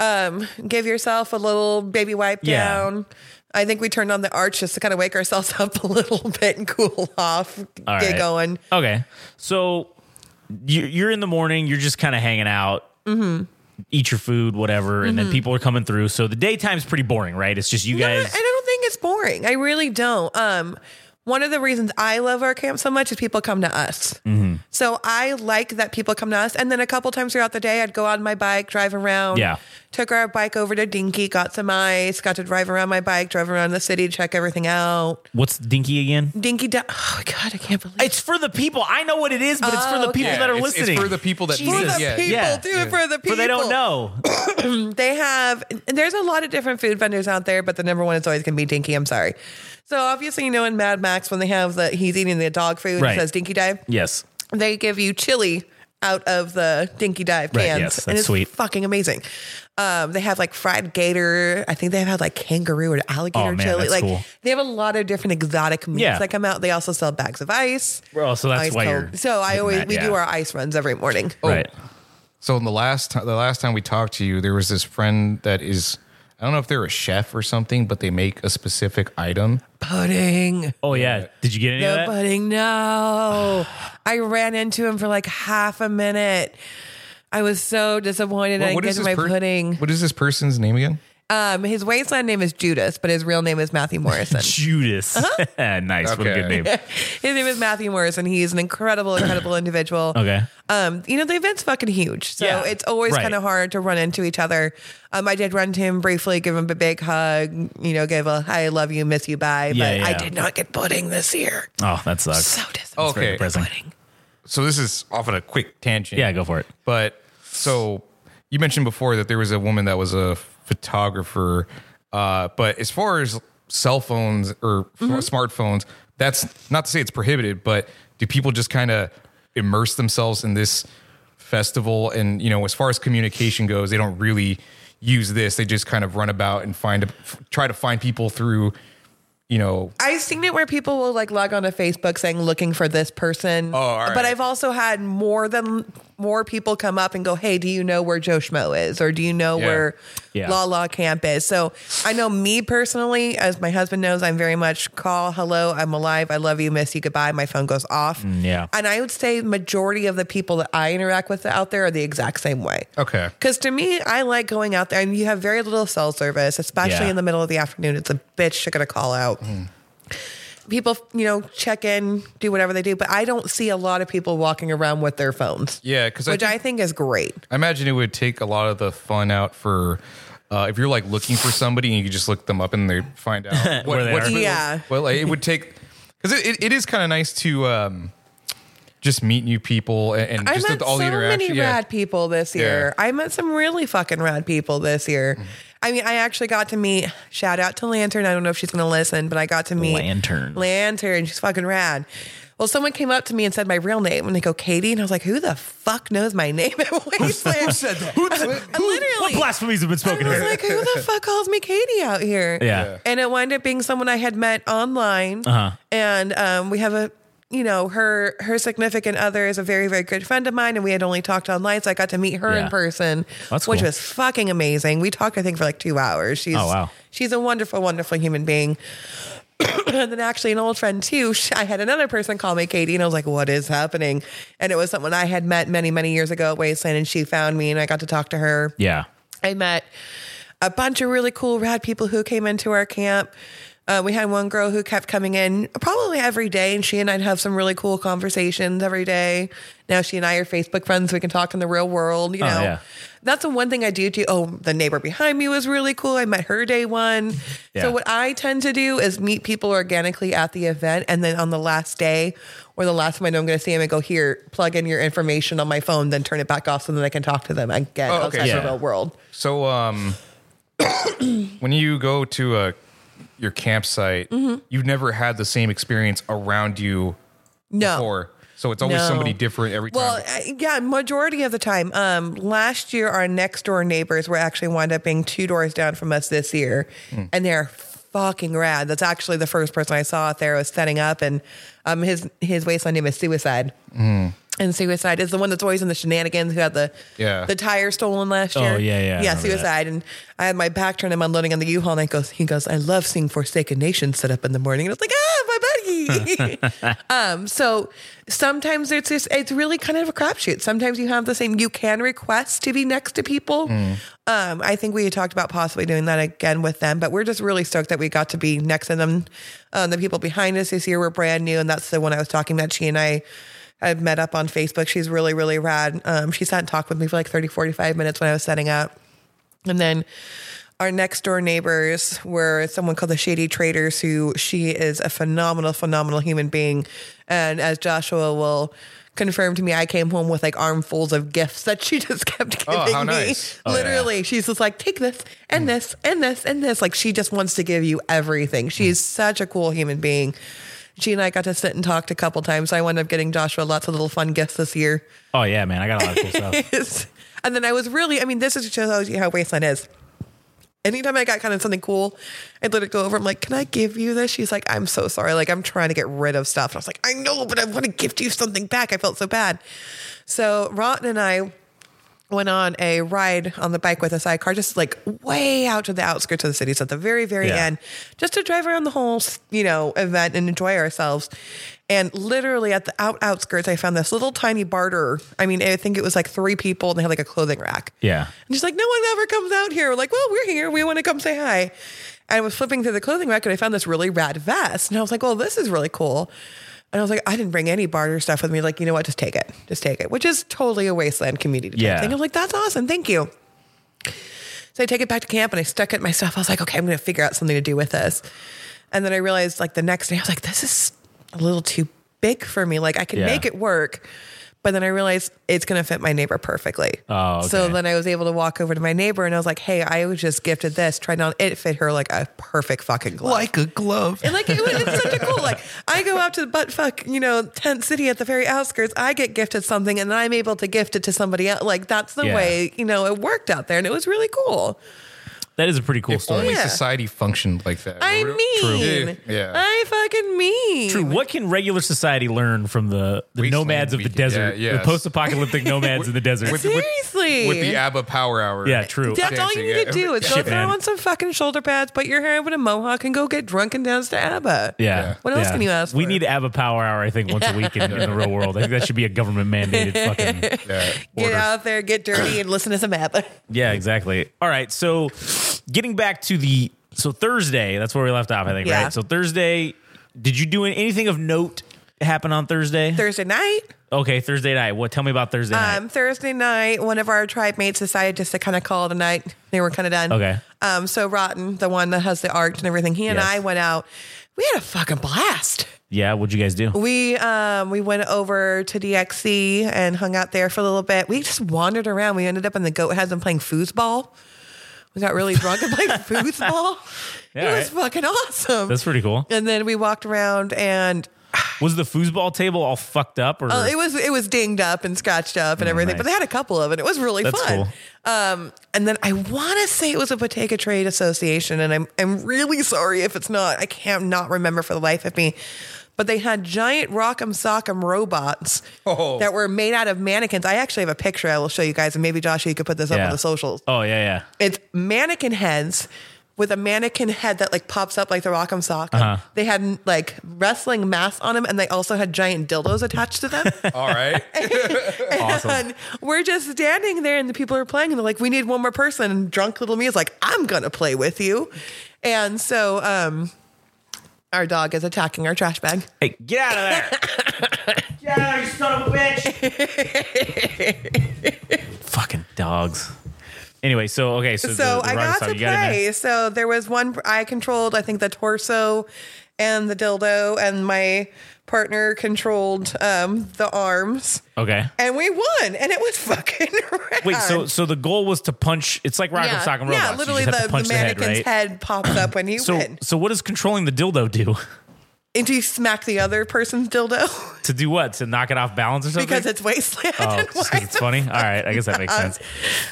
E: um, give yourself a little baby wipe
D: Yeah.
E: down. I think we turned on the arch just to kind of wake ourselves <laughs> up a little bit and cool off,
D: All
E: get
D: right.
E: going.
D: Okay, so you, you're in the morning. You're just kind of hanging out.
E: Mm-hmm.
D: Eat your food, whatever, and then people are coming through. So the daytime's pretty boring, right? It's just you
E: No,
D: guys.
E: and I don't think it's boring. I really don't. Um, one of the reasons I love our camp so much is people come to us.
D: Mm-hmm.
E: So I like that people come to us. And then a couple times throughout the day, I'd go on my bike, drive around.
D: Yeah.
E: Took our bike over to Dinky, got some ice, got to drive around my bike, drove around the city, check everything out.
D: What's Dinky again?
E: Dinky, di- <sighs> oh God, I can't believe
D: It's for the people. I know what it is, but it's for the
E: Oh, okay.
D: people
E: Yeah,
D: that are
F: it's, it's
D: listening.
F: for the people that
E: For
F: need
E: the
F: it. Yeah.
E: people,
D: Yeah.
E: do it for the people.
D: but they don't know.
E: They have, and there's a lot of different food vendors out there, but the number one is always going to be Dinky. I'm sorry. So obviously, you know, in Mad Max, when they have the, he's eating the dog food, and
D: Right.
E: it says Dinky Dive,
D: <coughs> Yes.
E: they give you chili out of the Dinky Dive
D: Right,
E: cans.
D: yes, that's
E: and it's
D: sweet.
E: fucking amazing. Um, they have like fried gator. I think they've had like kangaroo or alligator
D: Oh, man,
E: chili.
D: that's
E: like
D: cool.
E: they have a lot of different exotic meats
D: Yeah.
E: that come out. They also sell bags of ice.
D: Well, so that's
E: ice
D: why
E: cold.
D: you're.
E: so I
D: hitting
E: always
D: that,
E: we
D: yeah.
E: do our ice runs every morning.
D: right.
F: So in the last ti- the last time we talked to you, there was this friend that is I don't know if they're a chef or something, but they make a specific item.
E: Oh, Pudding.
D: Oh yeah. Did you get any
E: No
D: of that?
E: pudding,
D: <sighs>
E: no. I ran into him for like half a minute. I was so disappointed I
F: What- what
E: didn't
F: is
E: get
F: this
E: my
F: per-
E: pudding.
F: What is this person's name again?
E: Um, his wasteland name is Judas, but his real name is
D: <laughs>
E: Matthew Morrison.
D: Judas.
E: Uh-huh.
D: <laughs> nice. What a
F: Okay.
D: good
E: <laughs>
D: name.
E: his name is Matthew Morrison. He's an incredible,
D: <clears throat>
E: incredible individual.
D: Okay.
E: Um, you know, the event's fucking huge. So
D: Yeah,
E: it's always
D: right.
E: kind of hard to run into each other. Um, I did run to him briefly, give him a big hug, you know, give a I love you, miss you, bye.
D: Yeah,
E: but I
D: yeah.
E: did not get pudding this year.
D: Oh, that sucks.
E: So disappointed.
F: Okay.
D: Very depressing.
F: So this is off on a quick tangent.
D: Yeah, go for it.
F: But so you mentioned before that there was a woman that was a photographer. Uh, but as far as cell phones or f-
E: Mm-hmm.
F: smartphones, that's not to say it's prohibited, but do people just kind of immerse themselves in this festival? And, you know, as far as communication goes, they don't really use this. They just kind of run about and find, a, f- try to find people through, you know,
E: I've seen it where people will like log on to Facebook saying looking for this person.
F: Oh, all right.
E: But I've also had more than more people come up and go, Hey, do you know where Joe Schmo is? Or do you know
F: Yeah.
E: where
D: Yeah.
E: La La Camp is? So I know me personally, as my husband knows, I'm very much call, hello, I'm alive, I love you, miss you, goodbye. My phone goes off.
D: Mm, yeah.
E: And I would say majority of the people that I interact with out there are the exact same way.
F: Okay.
E: Because to me, I like going out there, and you have very little cell service, especially
D: Yeah.
E: in the middle of the afternoon. It's a bitch to get a call out.
F: Hmm.
E: People, you know, check in, do whatever they do, but I don't see a lot of people walking around with their phones,
F: Yeah, because I,
E: which I
F: think-
E: think is great.
F: I imagine it would take a lot of the fun out for uh, if you're like looking for somebody and you could just look them up and they find out what,
D: <laughs> Where they
F: what's
D: are.
F: the-
E: Yeah.
F: Well, like, it would take because it, it, it is kind of nice to um, just meet new people and, and
E: I
F: just
E: met
F: all the
E: so
F: interaction.
E: many
F: yeah.
E: rad people this year. I met some really fucking rad people this year. I mean, I actually got to meet, shout out to Lantern. I don't know if she's going to listen, but I got to meet
D: Lantern.
E: Lantern. She's fucking rad. Well, someone came up to me and said my real name, and they go, Katie. And I was like, who the fuck knows my name at <laughs> Wasteland? who said that? <laughs>
D: What
E: literally.
D: blasphemies have been spoken
E: I was
D: here?
E: like, who the fuck calls me Katie out here?
D: yeah.
E: And it wound up being someone I had met online.
D: Uh-huh.
E: And um, we have a, you know, her her significant other is a very very good friend of mine, and we had only talked online, so I got to meet her
D: Yeah.
E: in person,
D: That's
E: which
D: cool.
E: was fucking amazing. We talked, I think, for like two hours. She's
D: Oh, wow.
E: she's a wonderful, wonderful human being. <coughs> and then actually, an old friend too. sh I had another person call me Katie, and I was like, "What is happening?" And it was someone I had met many many years ago at Wasteland, and she found me, and I got to talk to her.
D: Yeah.
E: I met a bunch of really cool rad people who came into our camp. Uh, we had one girl who kept coming in probably every day, and she and I'd have some really cool conversations every day. Now she and I are Facebook friends. we can talk in the real world. You
D: Oh,
E: know,
D: yeah.
E: that's the one thing I do too. Oh, the neighbor behind me was really cool. I met her day one.
D: Yeah.
E: So what I tend to do is meet people organically at the event, and then on the last day or the last time I know I'm going to see them, I go here, plug in your information on my phone, then turn it back off, so then I can talk to them again
F: Oh, okay.
E: outside
D: Yeah.
E: the real world.
F: So, um, <coughs> when you go to a your campsite,
E: Mm-hmm.
F: you've never had the same experience around you
E: No.
F: before. So it's always
E: No.
F: somebody different every
E: Well,
F: time.
E: uh, yeah, majority of the time. Um, last year, our next door neighbors were actually wound up being two doors down from us this year,
D: Hmm.
E: and they're fucking rad. That's actually the first person I saw out there was setting up, and um, his his wasteland name is Suicide,
D: Hmm.
E: and Suicide is the one that's always in the shenanigans who had the
F: Yeah.
E: the tire stolen last
D: Oh,
E: year.
D: yeah, yeah, I
E: yeah,
D: remember that.
E: Suicide, and I had my back turned. I'm unloading on the U-Haul, and I goes, he goes, I love seeing Forsaken Nation set up in the morning, and I was
D: <laughs>
E: like, ah, my buddy. <laughs> So sometimes it's just, it's really kind of a crapshoot. Sometimes you have the same. You can request to be next to people. Um, I think we had talked about possibly doing that again with them, but we're just really stoked that we got to be next to them. Um, the people behind us this year were brand new, and that's the one I was talking about. She and I. have met up on Facebook. She's really, really rad. Um, she sat and talked with me for like 30, 45 minutes when I was setting up. And then our next door neighbors were someone called the Shady Traders, who she is a phenomenal, phenomenal human being. And as Joshua will confirm to me, I came home with like armfuls of gifts that she <laughs> just kept
F: Oh,
E: giving
F: how
E: me.
F: nice.
E: Literally, she's just like, take this and this and this and this. Like she just wants to give you everything. She's such a cool human being. She and I got to sit and talk a couple times. I wound up getting Joshua lots of little fun gifts this year
D: Oh yeah, man. I got a lot of cool
E: <laughs>
D: stuff.
E: is. And then I was really, I mean, this is just shows you how wasteland is. Anytime I got kind of something cool, I'd let it go over. I'm like, can I give you this? She's like, I'm so sorry. Like, I'm trying to get rid of stuff. And I was like, I know, but I want to gift you something back. I felt so bad. So Rotten and I went on a ride on the bike with a sidecar, just like way out to the outskirts of the city. So at the very, very
D: Yeah.
E: end, just to drive around the whole, you know, event and enjoy ourselves. And literally at the out outskirts, I found this little tiny barter. I mean, I think it was like three people and they had like a clothing rack.
D: Yeah.
E: And she's like, no one ever comes out here. We're like, well, we're here. We want to come say hi. And I was flipping through the clothing rack and I found this really rad vest. And I was like, well, this is really cool. And I was like, I didn't bring any barter stuff with me. Like, you know what? Just take it. Just take it, which is totally a wasteland community type
D: Yeah.
E: thing. I'm like, that's awesome. Thank you. So I take it back to camp and I stuck it in my stuff. I was like, okay, I'm going to figure out something to do with this. And then I realized like the next day, I was like, this is a little too big for me. Like I could
D: Yeah.
E: make it work. But then I realized it's going to fit my neighbor perfectly.
D: Oh, okay.
E: So then I was able to walk over to my neighbor and I was like, hey, I was just gifted this. Tried it on. It fit her like a perfect fucking glove.
F: like a glove.
E: And like it, was- it's such a cool
D: <laughs>
E: like I go out to the butt fuck you know tent city at the very outskirts. I get gifted something and then I'm able to gift it to somebody else. Like that's the
D: Yeah.
E: way you know it worked out there, and it was really cool.
D: That is a pretty cool
F: if
D: story.
F: only
E: Oh, Yeah.
F: society functioned like that.
E: I
F: True.
E: mean,
F: Yeah. Yeah.
E: I fucking mean.
D: True. What can regular society learn from the, the
F: Wasteland
D: nomads of the
F: weekend.
D: desert,
F: Yeah, yes. <laughs>
D: the post-apocalyptic nomads in the desert?
F: With- with-
E: Seriously.
F: with the ABBA Power Hour.
D: yeah, true.
E: That's all you
F: dancing,
E: need
F: yeah.
E: to do
D: <laughs>
E: is go
D: Shit,
E: throw
D: man.
E: on some fucking shoulder pads, put your hair up in a mohawk, and go get drunk and dance to ABBA.
D: yeah.
E: What else
D: Yeah.
E: can you ask
D: We
E: for?
D: need ABBA Power Hour, I think, once a week in, in the real world. I think that should be a government
E: <laughs>
D: mandated fucking.
F: Yeah.
E: Get out there, get dirty, and listen to some ABBA. <laughs>
D: Yeah, exactly. All right. So getting back to the. So Thursday, that's where we left off, I think,
E: Yeah.
D: right? So Thursday, did you do anything of note happen on Thursday?
E: Thursday night,
D: okay, Thursday night. What? Tell me about Thursday night.
E: um, Thursday night, one of our tribe mates decided just to kind of call it a night. They were kind of done.
D: Okay.
E: Um, so Rotten, the one that has the art and everything, he and
D: Yes.
E: I went out. We had a fucking blast.
D: Yeah, what'd you guys do?
E: We um we went over to DXC and hung out there for a little bit. We just wandered around. We ended up in the goat house and playing foosball. We got really drunk
D: <laughs>
E: and played foosball.
D: Yeah,
E: it
D: all
E: was fucking awesome.
D: That's pretty cool.
E: and then we walked around and
D: Was the foosball table all fucked up or Oh,
E: uh, it was it was dinged up and scratched up and everything, but
D: nice.
E: they had a couple of it. It was really
D: That's
E: fun. Um, and then I want to say it was a Bottega Trade Association, and I'm I'm really sorry if it's not. I can't not remember for the life of me. But they had giant Rock'em Sock'em robots
F: Oh.
E: that were made out of mannequins. I actually have a picture I will show you guys, and maybe Joshua, you could put this up
D: Yeah.
E: on the socials.
D: Oh yeah, yeah.
E: It's mannequin heads with a mannequin head that like pops up like the Rock'em Sock'em.
D: Uh-huh.
E: They had like wrestling masks on them, and they also had giant dildos attached to
D: <laughs>
E: them. <laughs>
F: All right.
E: And we're just standing there, and the people are playing, and they're like, "We need one more person." And drunk little me is like, "I'm gonna play with you," and so um, our dog is attacking our trash bag.
D: Hey, get out of there.
E: <laughs>
C: Get out, you son of a bitch!
D: Fucking dogs. Anyway, so okay, so,
E: so
D: the, the
E: I
D: Rock'em
E: got to
D: Sock'em, you in there?
E: play. So there was one I controlled. I think the torso and the dildo, and my partner controlled um, the arms,
D: Okay.
E: and we won, and it was <laughs> fucking. Rad.
D: Wait, so so the goal was to punch. It's like rock and sock and robots.
E: yeah, literally
D: you just
E: the,
D: have to punch
E: the
D: the, head,
E: mannequin's
D: right?
E: head pops up when you
D: So
E: win.
D: so what does controlling the dildo do? <laughs>
E: And do you smack the other person's dildo? <laughs>
D: to do what? To knock it off balance or something?
E: because it's wasteland.
D: oh,
E: and
D: <laughs> just 'cause
E: why
D: it's
E: the
D: funny. All
E: fuck
D: right, I guess
E: <laughs>
D: that makes
E: not?
D: sense.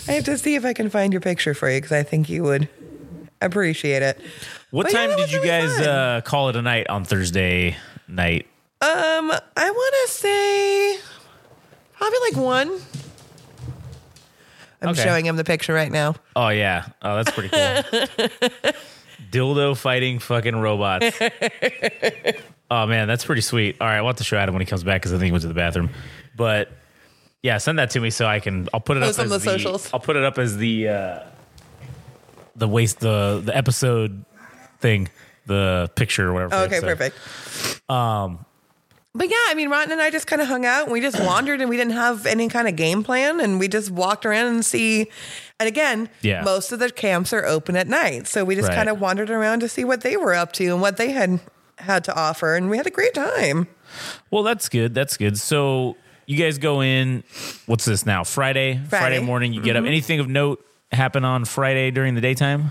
E: I have to see if I can find your picture for you because I think you would appreciate it.
D: What
E: But yeah,
D: time
E: that
D: did
E: was
D: you
E: really
D: guys
E: fun.
D: uh, call it a night on Thursday night?
E: Um, I want to say probably like one. I'm
D: Okay.
E: showing him the picture right now.
D: Oh yeah. Oh, that's pretty cool.
E: <laughs>
D: Dildo fighting fucking robots. oh man, that's pretty sweet. All right, I'll have to show Adam when he comes back because I think he went to the bathroom. But yeah, send that to me so I can. I'll put it
E: Post
D: up
E: on
D: as
E: the socials.
D: I'll put it up as the uh, the waste the the episode thing, the picture or whatever. for
E: Okay,
D: the episode.
E: perfect. Um, but yeah, I mean, Rotten and I just kind of hung out and we just wandered and we didn't have any kind of game plan and we just walked around and see. And again,
D: Yeah.
E: most of the camps are open at night, so we just
D: Right.
E: kind of wandered around to see what they were up to and what they had had to offer, and we had a great time.
D: Well, that's good. That's good. So you guys go in. What's this now? Friday. Friday,
E: Friday. Mm-hmm.
D: morning. You get up. Anything of note happen on Friday during the daytime?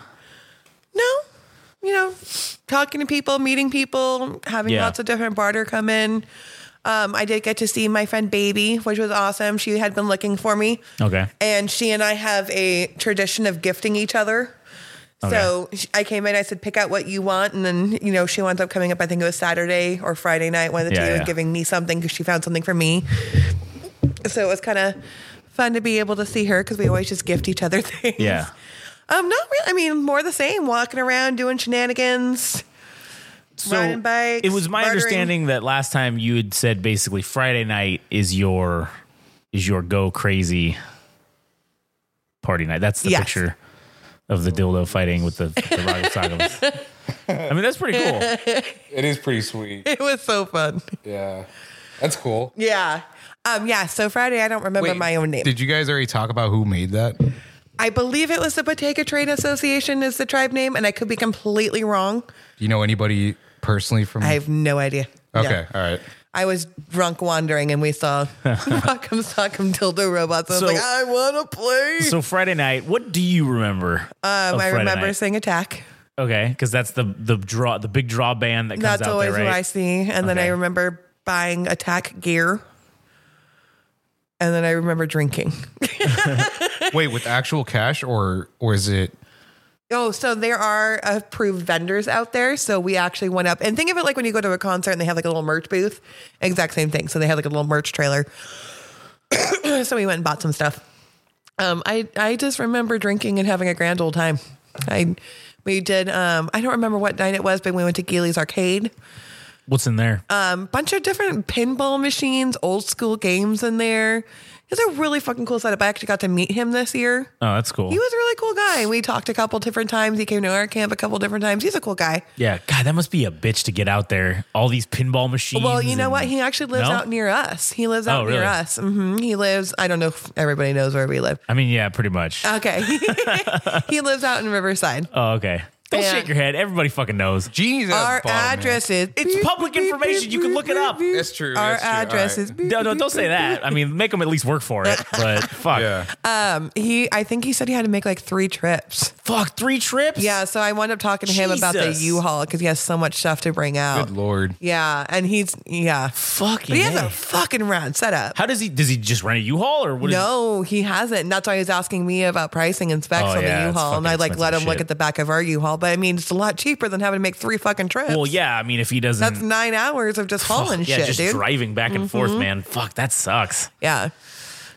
E: No, you know, talking to people, meeting people, having
D: Yeah.
E: lots of different barter come in. Um, I did get to see my friend Baby, which was awesome. She had been looking for me.
D: Okay.
E: and she and I have a tradition of gifting each other. So sh I came in, I said, pick out what you want. And then, you know, she wound up coming up, I think it was Saturday or Friday night, one of the
D: Yeah,
E: two,
D: yeah.
E: and giving me something because she found something for me. So it was kind of fun to be able to see her because we always just gift each other <laughs> things.
D: Yeah.
E: Um, not really. I mean, more the same, walking around, doing shenanigans. <laughs> Riding bikes,
D: It was my
E: bartering.
D: understanding that last time you had said basically Friday night is your is your go crazy party night. That's the
E: Yes.
D: picture of the dildo fighting with the, the rocket sockums. I mean that's pretty cool.
F: It is pretty sweet.
E: It was so fun.
F: Yeah. That's cool.
E: Yeah. Um, yeah. So Friday, I don't remember my own name.
F: Did you guys already talk about who made that?
E: I believe it was the Bottega Trade Association is the tribe name, and I could be completely wrong.
F: Do you know anybody personally from?
E: I have no idea. No.
F: okay. All right.
E: I was drunk wandering, and we
D: <laughs>
E: saw Rock'em Sock'em Dildo Robots. I was
D: So-
E: like, I want to play.
D: So Friday night, what do you remember? Um,
E: I remember saying attack.
D: okay, because that's the the draw the big draw band that comes
E: That's
D: out
E: always
D: there,
E: what I
D: right?
E: see. And then I
D: Okay.
E: remember buying attack gear. And then I remember drinking.
F: Wait, with actual cash or or is it
E: Oh, so there are approved vendors out there. So we actually went up and think of it like when you go to a concert and they have like a little merch booth, exact same thing. So they had like a little merch trailer. <coughs> so we went and bought some stuff. Um, I I just remember drinking and having a grand old time. I we did. Um, I don't remember what night it was, but we went to Geely's Arcade.
D: What's in there?
E: Um, bunch of different pinball machines, old school games in there. It's a really fucking cool setup. I actually got to meet him this year.
D: oh, that's cool.
E: He was a really cool guy. We talked a couple different times. He came to our camp a couple different times. He's a cool guy.
D: yeah, God, that must be a bitch to get out there. All these pinball machines.
E: Well, you know
D: and-
E: what? He actually lives
D: No?
E: out near us. He lives out
D: Oh,
E: near
D: really?
E: us. hmm He lives. I don't know if everybody knows where we live.
D: I mean, yeah, pretty much. <laughs>
E: Okay, <laughs> he lives out in Riverside.
D: oh, okay. Don't
E: Yeah.
D: shake your head. Everybody fucking knows.
F: Genie's at
E: Our
F: the bottom, man.
E: address is
D: It's public information. You can look it up.
F: That's true.
E: Our
F: that's true.
E: address
F: All right.
E: is
D: No, no, don't say that. I mean, make them at least work for it.
E: <laughs>
D: But fuck,
F: Yeah.
E: he. I think he said he had to make like three trips.
D: fuck, three trips.
E: Yeah, so I wound up talking to him about the
D: Jesus.
E: U-Haul because he has so much stuff to bring out.
F: Good lord.
E: Yeah, and he's yeah,
D: fucking.
E: but he has
D: A.
E: a fucking rad setup.
D: How does he? Does he just rent a U-Haul or what? is-
E: No, he hasn't. And that's why he's asking me about pricing and specs
D: Oh,
E: on
D: yeah,
E: the
D: it's
E: U-Haul. And
D: fucking
E: I like let him
D: expensive
E: look
D: shit.
E: at the back of our U-Haul. But I mean, it's a lot cheaper than having to make three fucking trips.
D: Well, yeah. I mean, if he doesn't,
E: That's nine hours of just
D: Fuck,
E: hauling
D: yeah,
E: shit,
D: just
E: dude.
D: driving back and forth, man. Fuck, that sucks.
E: Yeah,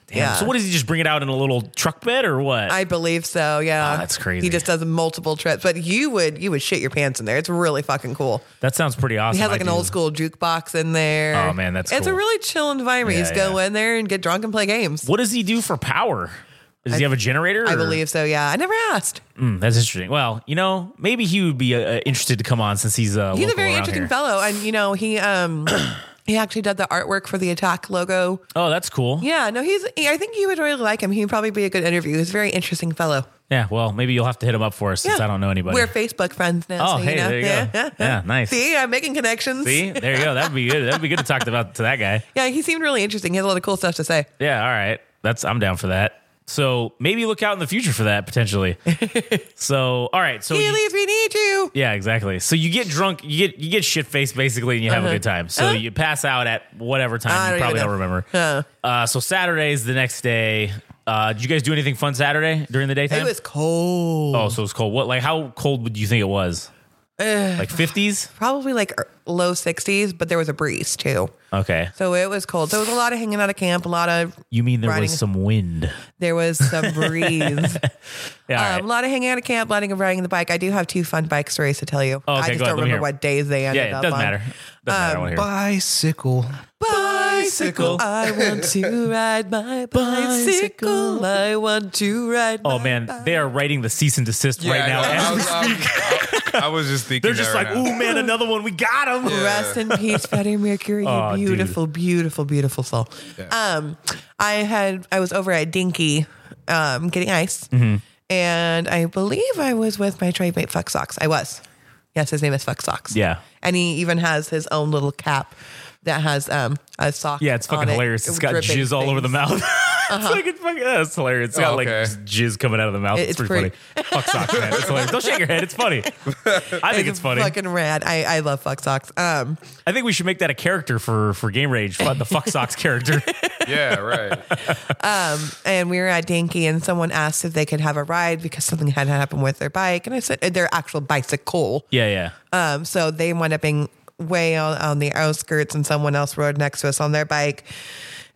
D: Damn.
E: Yeah.
D: So what does he just bring it out in a little truck bed or what?
E: I believe so. Yeah,
D: Oh, that's crazy.
E: He just does multiple trips, but you would you would shit your pants in there. It's really fucking cool.
D: that sounds pretty awesome.
E: He has like
D: I
E: an
D: do-
E: old school jukebox in there.
D: Oh, man, that's
E: it's a
D: cool.
E: really chill environment. you
D: Yeah,
E: just go
D: yeah.
E: in there and get drunk and play games.
D: What does he do for power? Does he have a generator?
E: I
D: or-
E: believe so. Yeah, I never asked.
D: Hmm, that's interesting. Well, you know, maybe he would be uh, uh, interested to come on since he's uh,
E: He's a
D: local
E: very
D: around
E: interesting
D: here.
E: fellow, and you know he
D: <clears throat>
E: um he actually did the artwork for the attack logo.
D: Oh, that's cool. Yeah.
E: Yeah, no, he's. I think you would really like him. He'd probably be a good interview. He's a very interesting fellow.
D: Well, maybe you'll have to hit him up for us since
E: Yeah.
D: I don't know anybody.
E: We're Facebook friends now.
D: Oh,
E: so
D: hey,
E: you know.
D: there you
E: yeah.
D: go. Yeah, nice.
E: See, I'm making connections.
D: See, there you go. That'd be good. That'd be good to talk about to that guy.
E: Yeah, he seemed really interesting. He had a lot of cool stuff to say.
D: Yeah, all right. That's I'm down for that. So maybe look out in the future for
E: <laughs>
D: that potentially. so all right. So you-
E: Healy's, we need you.
D: yeah, exactly. So you get drunk, you get you get shit faced basically, and you have a good time. So you pass out at whatever time
E: Uh-huh. I
D: you
E: don't
D: probably
E: even
D: don't remember. Uh, so Saturday's the next day. Uh, did you guys do anything fun Saturday during the daytime?
E: It was cold.
D: oh, so it was cold. What like how cold would you think it was? like fifties?
E: Probably like er- low 60s, but there was a breeze too.
D: Okay.
E: So it was cold. So it was a lot of hanging out of camp, a lot of,
D: You mean there
E: Riding-
D: was some wind?
E: there was some
D: <laughs>
E: breeze.
D: Yeah. all right.
E: Um, a lot of hanging out of camp, a lot of riding the bike. I do have two fun bike stories to tell you.
D: Oh, okay,
E: I just
D: go ahead.
E: don't
D: Let me
E: remember
D: hear 'em.
E: what days they ended
D: yeah, yeah,
E: up
D: it doesn't
E: on.
D: matter. Doesn't matter. I wanna hear.
F: Bicycle.
E: Bicycle. I want to ride
D: <laughs>
E: my bicycle. I want to ride
D: Oh
E: my
D: man, they are writing the cease and desist right now.
F: I,
D: as
F: I
D: we
F: was, um, I- I was just thinking.
D: They're just
F: that
D: like,
F: right
D: "Ooh
F: now.
D: man, another one. We got him."
E: Rest in peace, Freddie Mercury. You
D: Aw, dude.
E: beautiful, beautiful, beautiful soul. Um, I had I was over at Dinky, um, getting ice,
D: Mm-hmm.
E: and I believe I was with my trade mate Fuck Socks. I was. Yes, his name is Fuck Socks.
D: Yeah.
E: and he even has his own little cap that has um a sock.
D: <laughs> Yeah, it's fucking
E: on it,
D: hilarious. It, has got jizz
E: dripping
D: all over the
E: things.
D: mouth. <laughs> it's like it's fucking yeah, it's hilarious. It's got
F: Oh, okay.
D: like just jizz coming out of the mouth.
E: It-
D: it's,
E: it's
D: pretty, funny. Fuck socks, man. It's hilarious. Don't shake your head. It's funny. I think it's funny.
E: Fucking rad. I, I love Fuck Socks. Um,
D: I think we should make that a character for for Game Rage. fu- The fuck socks character.
E: <laughs>
F: Yeah, right.
E: and we were at Dinky, and someone asked if they could have a ride because something had happened with their bike, and I said their actual bicycle.
D: Yeah, yeah.
E: Um, so they wound up being way on, on the outskirts, and someone else rode next to us on their bike.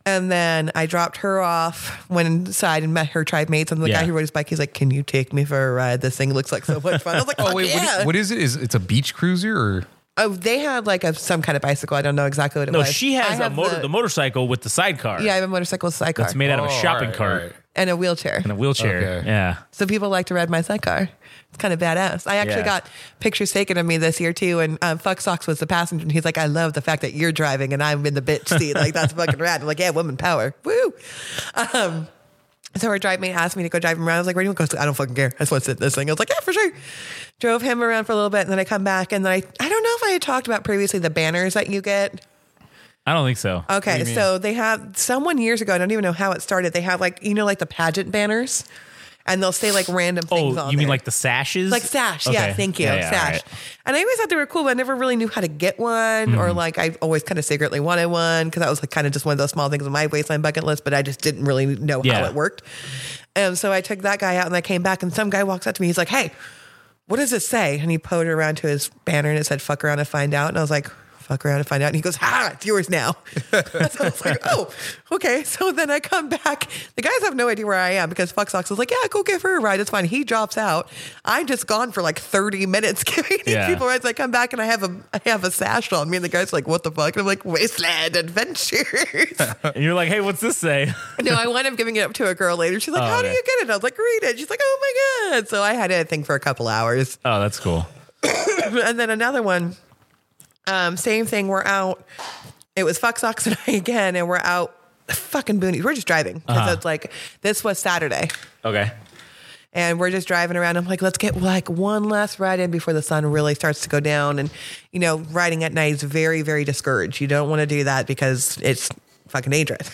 E: And then I dropped her off, went inside and met her tribe mates. And the
D: Yeah.
E: guy who rode his bike, he's like, Can you take me for a ride? This thing looks like so much fun. I
D: <laughs>
E: was like, Oh,
F: Oh wait,
E: yeah.
F: what, is, what is it? Is it's a beach cruiser or?
E: oh, they had like a, some kind of bicycle. I don't know exactly what it
D: No,
E: was.
D: she
E: I
D: has a
E: have
D: motor, the, motorcycle with the sidecar.
E: Yeah, I have a motorcycle sidecar
D: it's made out of
F: Oh,
D: a shopping
F: alright,
D: cart
F: alright.
E: and a wheelchair.
D: and a wheelchair.
F: Okay.
D: Yeah.
E: So people like to ride my sidecar. It's kind of badass. I actually
D: Yeah.
E: got pictures taken of me this year too. And um, Fuck Socks was the passenger. And he's like, I love the fact that you're driving and I'm in the bitch seat. Like, that's fucking rad. I'm like, yeah, woman power. Woo. Um, so our drive mate asked me to go drive him around. I was like, where do you want to go? He's like, I don't fucking care. I just want to sit in this thing. I was like, yeah, for sure. Drove him around for a little bit. And then I come back. And then I, I don't know if I had talked about previously the banners that you get.
D: I don't think so.
E: Okay, so they have someone years ago. I don't even know how it started. They have like you know like the pageant banners, and they'll say like random
D: oh, you
E: things on.
D: mean
E: there.
D: like the sashes?
E: like sash?
D: Okay.
E: Yeah, thank you,
D: Yeah, yeah,
E: sash.
D: alright.
E: And I always thought they were cool, but I never really knew how to get one, or
D: Mm-hmm.
E: like I always kind of secretly wanted one because that was like kind of just one of those small things on my waistline bucket list, but I just didn't really know
D: Yeah.
E: how it worked. And so I took that guy out, and I came back, and some guy walks up to me. He's like, "Hey." what does it say? And he put it around to his banner and it said, fuck around and find out. And I was like, fuck around and find out. And he goes, ha, it's yours now. <laughs> so I was like, oh, okay. So then I come back. The guys have no idea where I am because Fuck Socks is like, yeah, go give her a ride. It's fine. He drops out. I'm just gone for like 30 minutes <laughs> giving these
D: Yeah.
E: people rides. I come back and I have a I have a sash on me. And the guy's like, what the fuck? And I'm like, Wasteland
D: <laughs>
E: Adventures.
D: And you're like, hey, what's this say? <laughs>
E: no, I wound up giving it up to a girl later. She's like,
D: Oh,
E: how do
D: okay.
E: you get it? I was like, read it. She's like, oh my God. So I had it, I think, for a couple hours.
D: Oh, that's cool.
E: and then another one. Um, same thing. We're out. It was fuck socks and I again, and we're out fucking boonies. We're just driving because
F: Uh-huh.
E: it's like this was Saturday,
D: Okay.
E: and we're just driving around. I'm like, let's get like one last ride in before the sun really starts to go down. And you know, riding at night is very, very discouraged. You don't want to do that because it's fucking dangerous.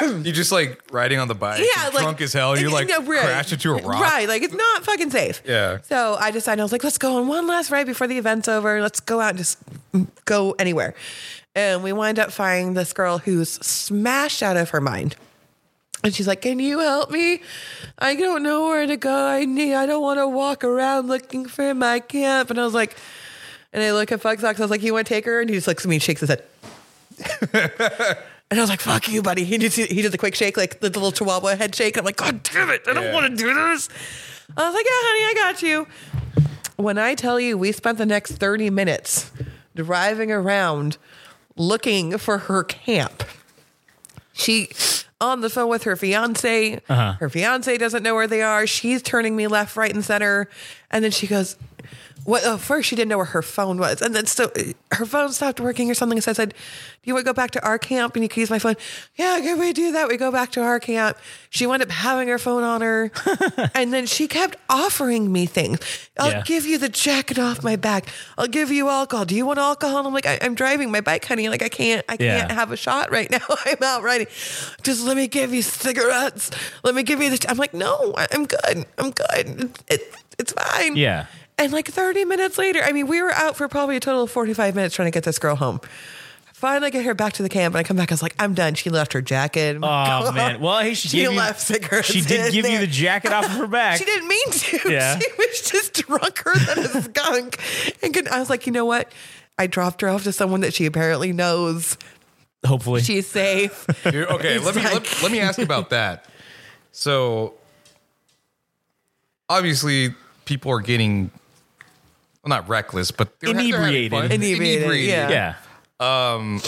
F: You're just like riding on the bike.
E: yeah,
F: you're
E: like,
F: drunk
E: <laughs>
F: as hell. You
E: it's-
F: like
E: no, right.
F: crash into a rock.
E: Right, like it's not fucking safe.
F: Yeah.
E: So I decided I was like, let's go on one last ride before the event's over. Let's go out and just go anywhere. And we wind up finding this girl who's smashed out of her mind. And she's like, "Can you help me? I don't know where to go. I need. I don't want to walk around looking for my camp." And I was like, and I look at Fuck Socks. I was like, "You want to take her?" And he just looks at me and shakes his
F: <laughs>
E: head. and I was like, "Fuck you, buddy." He just he does a quick shake, like the little Chihuahua head shake. I'm like, "God damn it! I don't
F: Yeah.
E: want to do this." I was like, "Yeah, honey, I got you." When I tell you, we spent the next thirty minutes driving around looking for her camp. She on the phone with her fiance. Her fiance doesn't know where they are. She's turning me left, right, and center. And then she goes, "What?" Oh, first she didn't know where her phone was, and then so uh, her phone stopped working or something. So I said, "Do you want to go back to our camp and you can use my phone?" Yeah, can we do that? We go back to our camp. She wound up having her phone on her, and then she kept offering me things. I'll
D: Yeah.
E: give you the jacket off my back. I'll give you alcohol. Do you want alcohol? And I'm like, I- I'm driving my bike, honey. Like I can't, I
D: Yeah.
E: can't have have a shot right now. <laughs> I'm out riding. Just let me give you cigarettes. Let me give you the. I'm like, no, I- I'm good. I'm good. It, it's fine.
D: Yeah.
E: And like 30 minutes later, I mean, we were out for probably a total of 45 minutes trying to get this girl home. Finally, get her back to the camp, and I come back. I was like, I'm done. She left her jacket. <laughs>
D: Oh man. Well, hey, she,
E: She
D: gave you-
E: left cigarettes
D: She did
E: in
D: give you
E: there.
D: the jacket off
E: <laughs>
D: of her back.
E: She didn't mean to. <laughs>
D: Yeah.
E: She was just drunker than a <laughs> skunk. And could- I was like, you know what? I dropped her off to someone that she apparently knows.
D: Hopefully.
E: She's
D: <laughs>
E: safe.
F: You're- okay, let me let,
E: like-
F: let
E: <laughs>
F: me ask about that. So obviously people are getting well not reckless, but they're, they're having
D: Inebriated.
F: fun.
E: Inebriated, yeah.
D: yeah.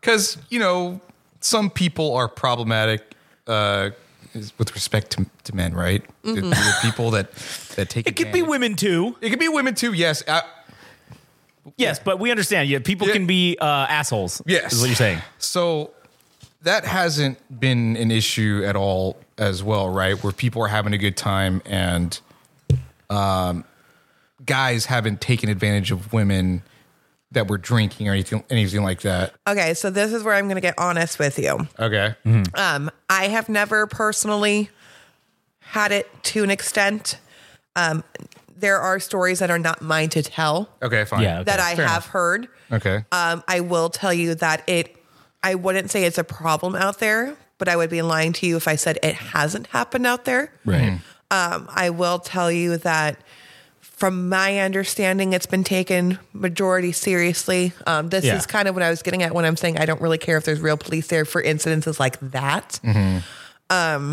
F: Cuz you know, some people are problematic uh is- with respect to, to men, right?
E: Mm-hmm.
F: There- there are people that that take
D: It could be
F: women.
D: women too.
F: It could be women too. Yes. I,
D: Yes, but we understand. Yeah, people
F: Yeah.
D: can be uh, assholes.
F: Yes.
D: Is what you're saying.
F: So that hasn't been an issue at all as well, right? Where people are having a good time and um, guys haven't taken advantage of women that were drinking or anything anything like that.
E: Okay, so this is where I'm going to get honest with you.
F: Okay.
E: Um, I have never personally had it to an extent. Um, there are stories that are not mine to tell
F: Okay, fine.
D: Yeah. Uh,
E: that
D: Okay,
E: I
D: fair
E: have heard.
F: Okay.
E: Um, I will tell you that it, I wouldn't say it's a problem out there, but I would be lying to you if I said it hasn't happened out there.
F: Mm-hmm.
D: Right.
E: Um, I will tell you that from my understanding, it's been taken majority seriously. Um, this
D: Yeah.
E: is kind of what I was getting at when I'm saying I don't really care if there's real police there for incidences like that. Um,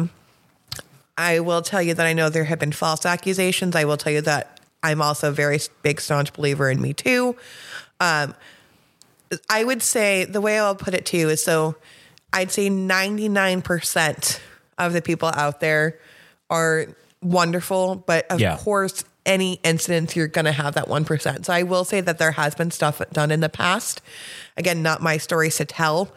E: I will tell you that I know there have been false accusations. I will tell you that I'm also a very big staunch believer in Me Too. Um, I would say the way I'll put it to you is so I'd say 99% of the people out there are wonderful, but of
D: Yeah.
E: course, any incidents, you're going to have that 1%. So I will say that there has been stuff done in the past. Again, not my stories to tell,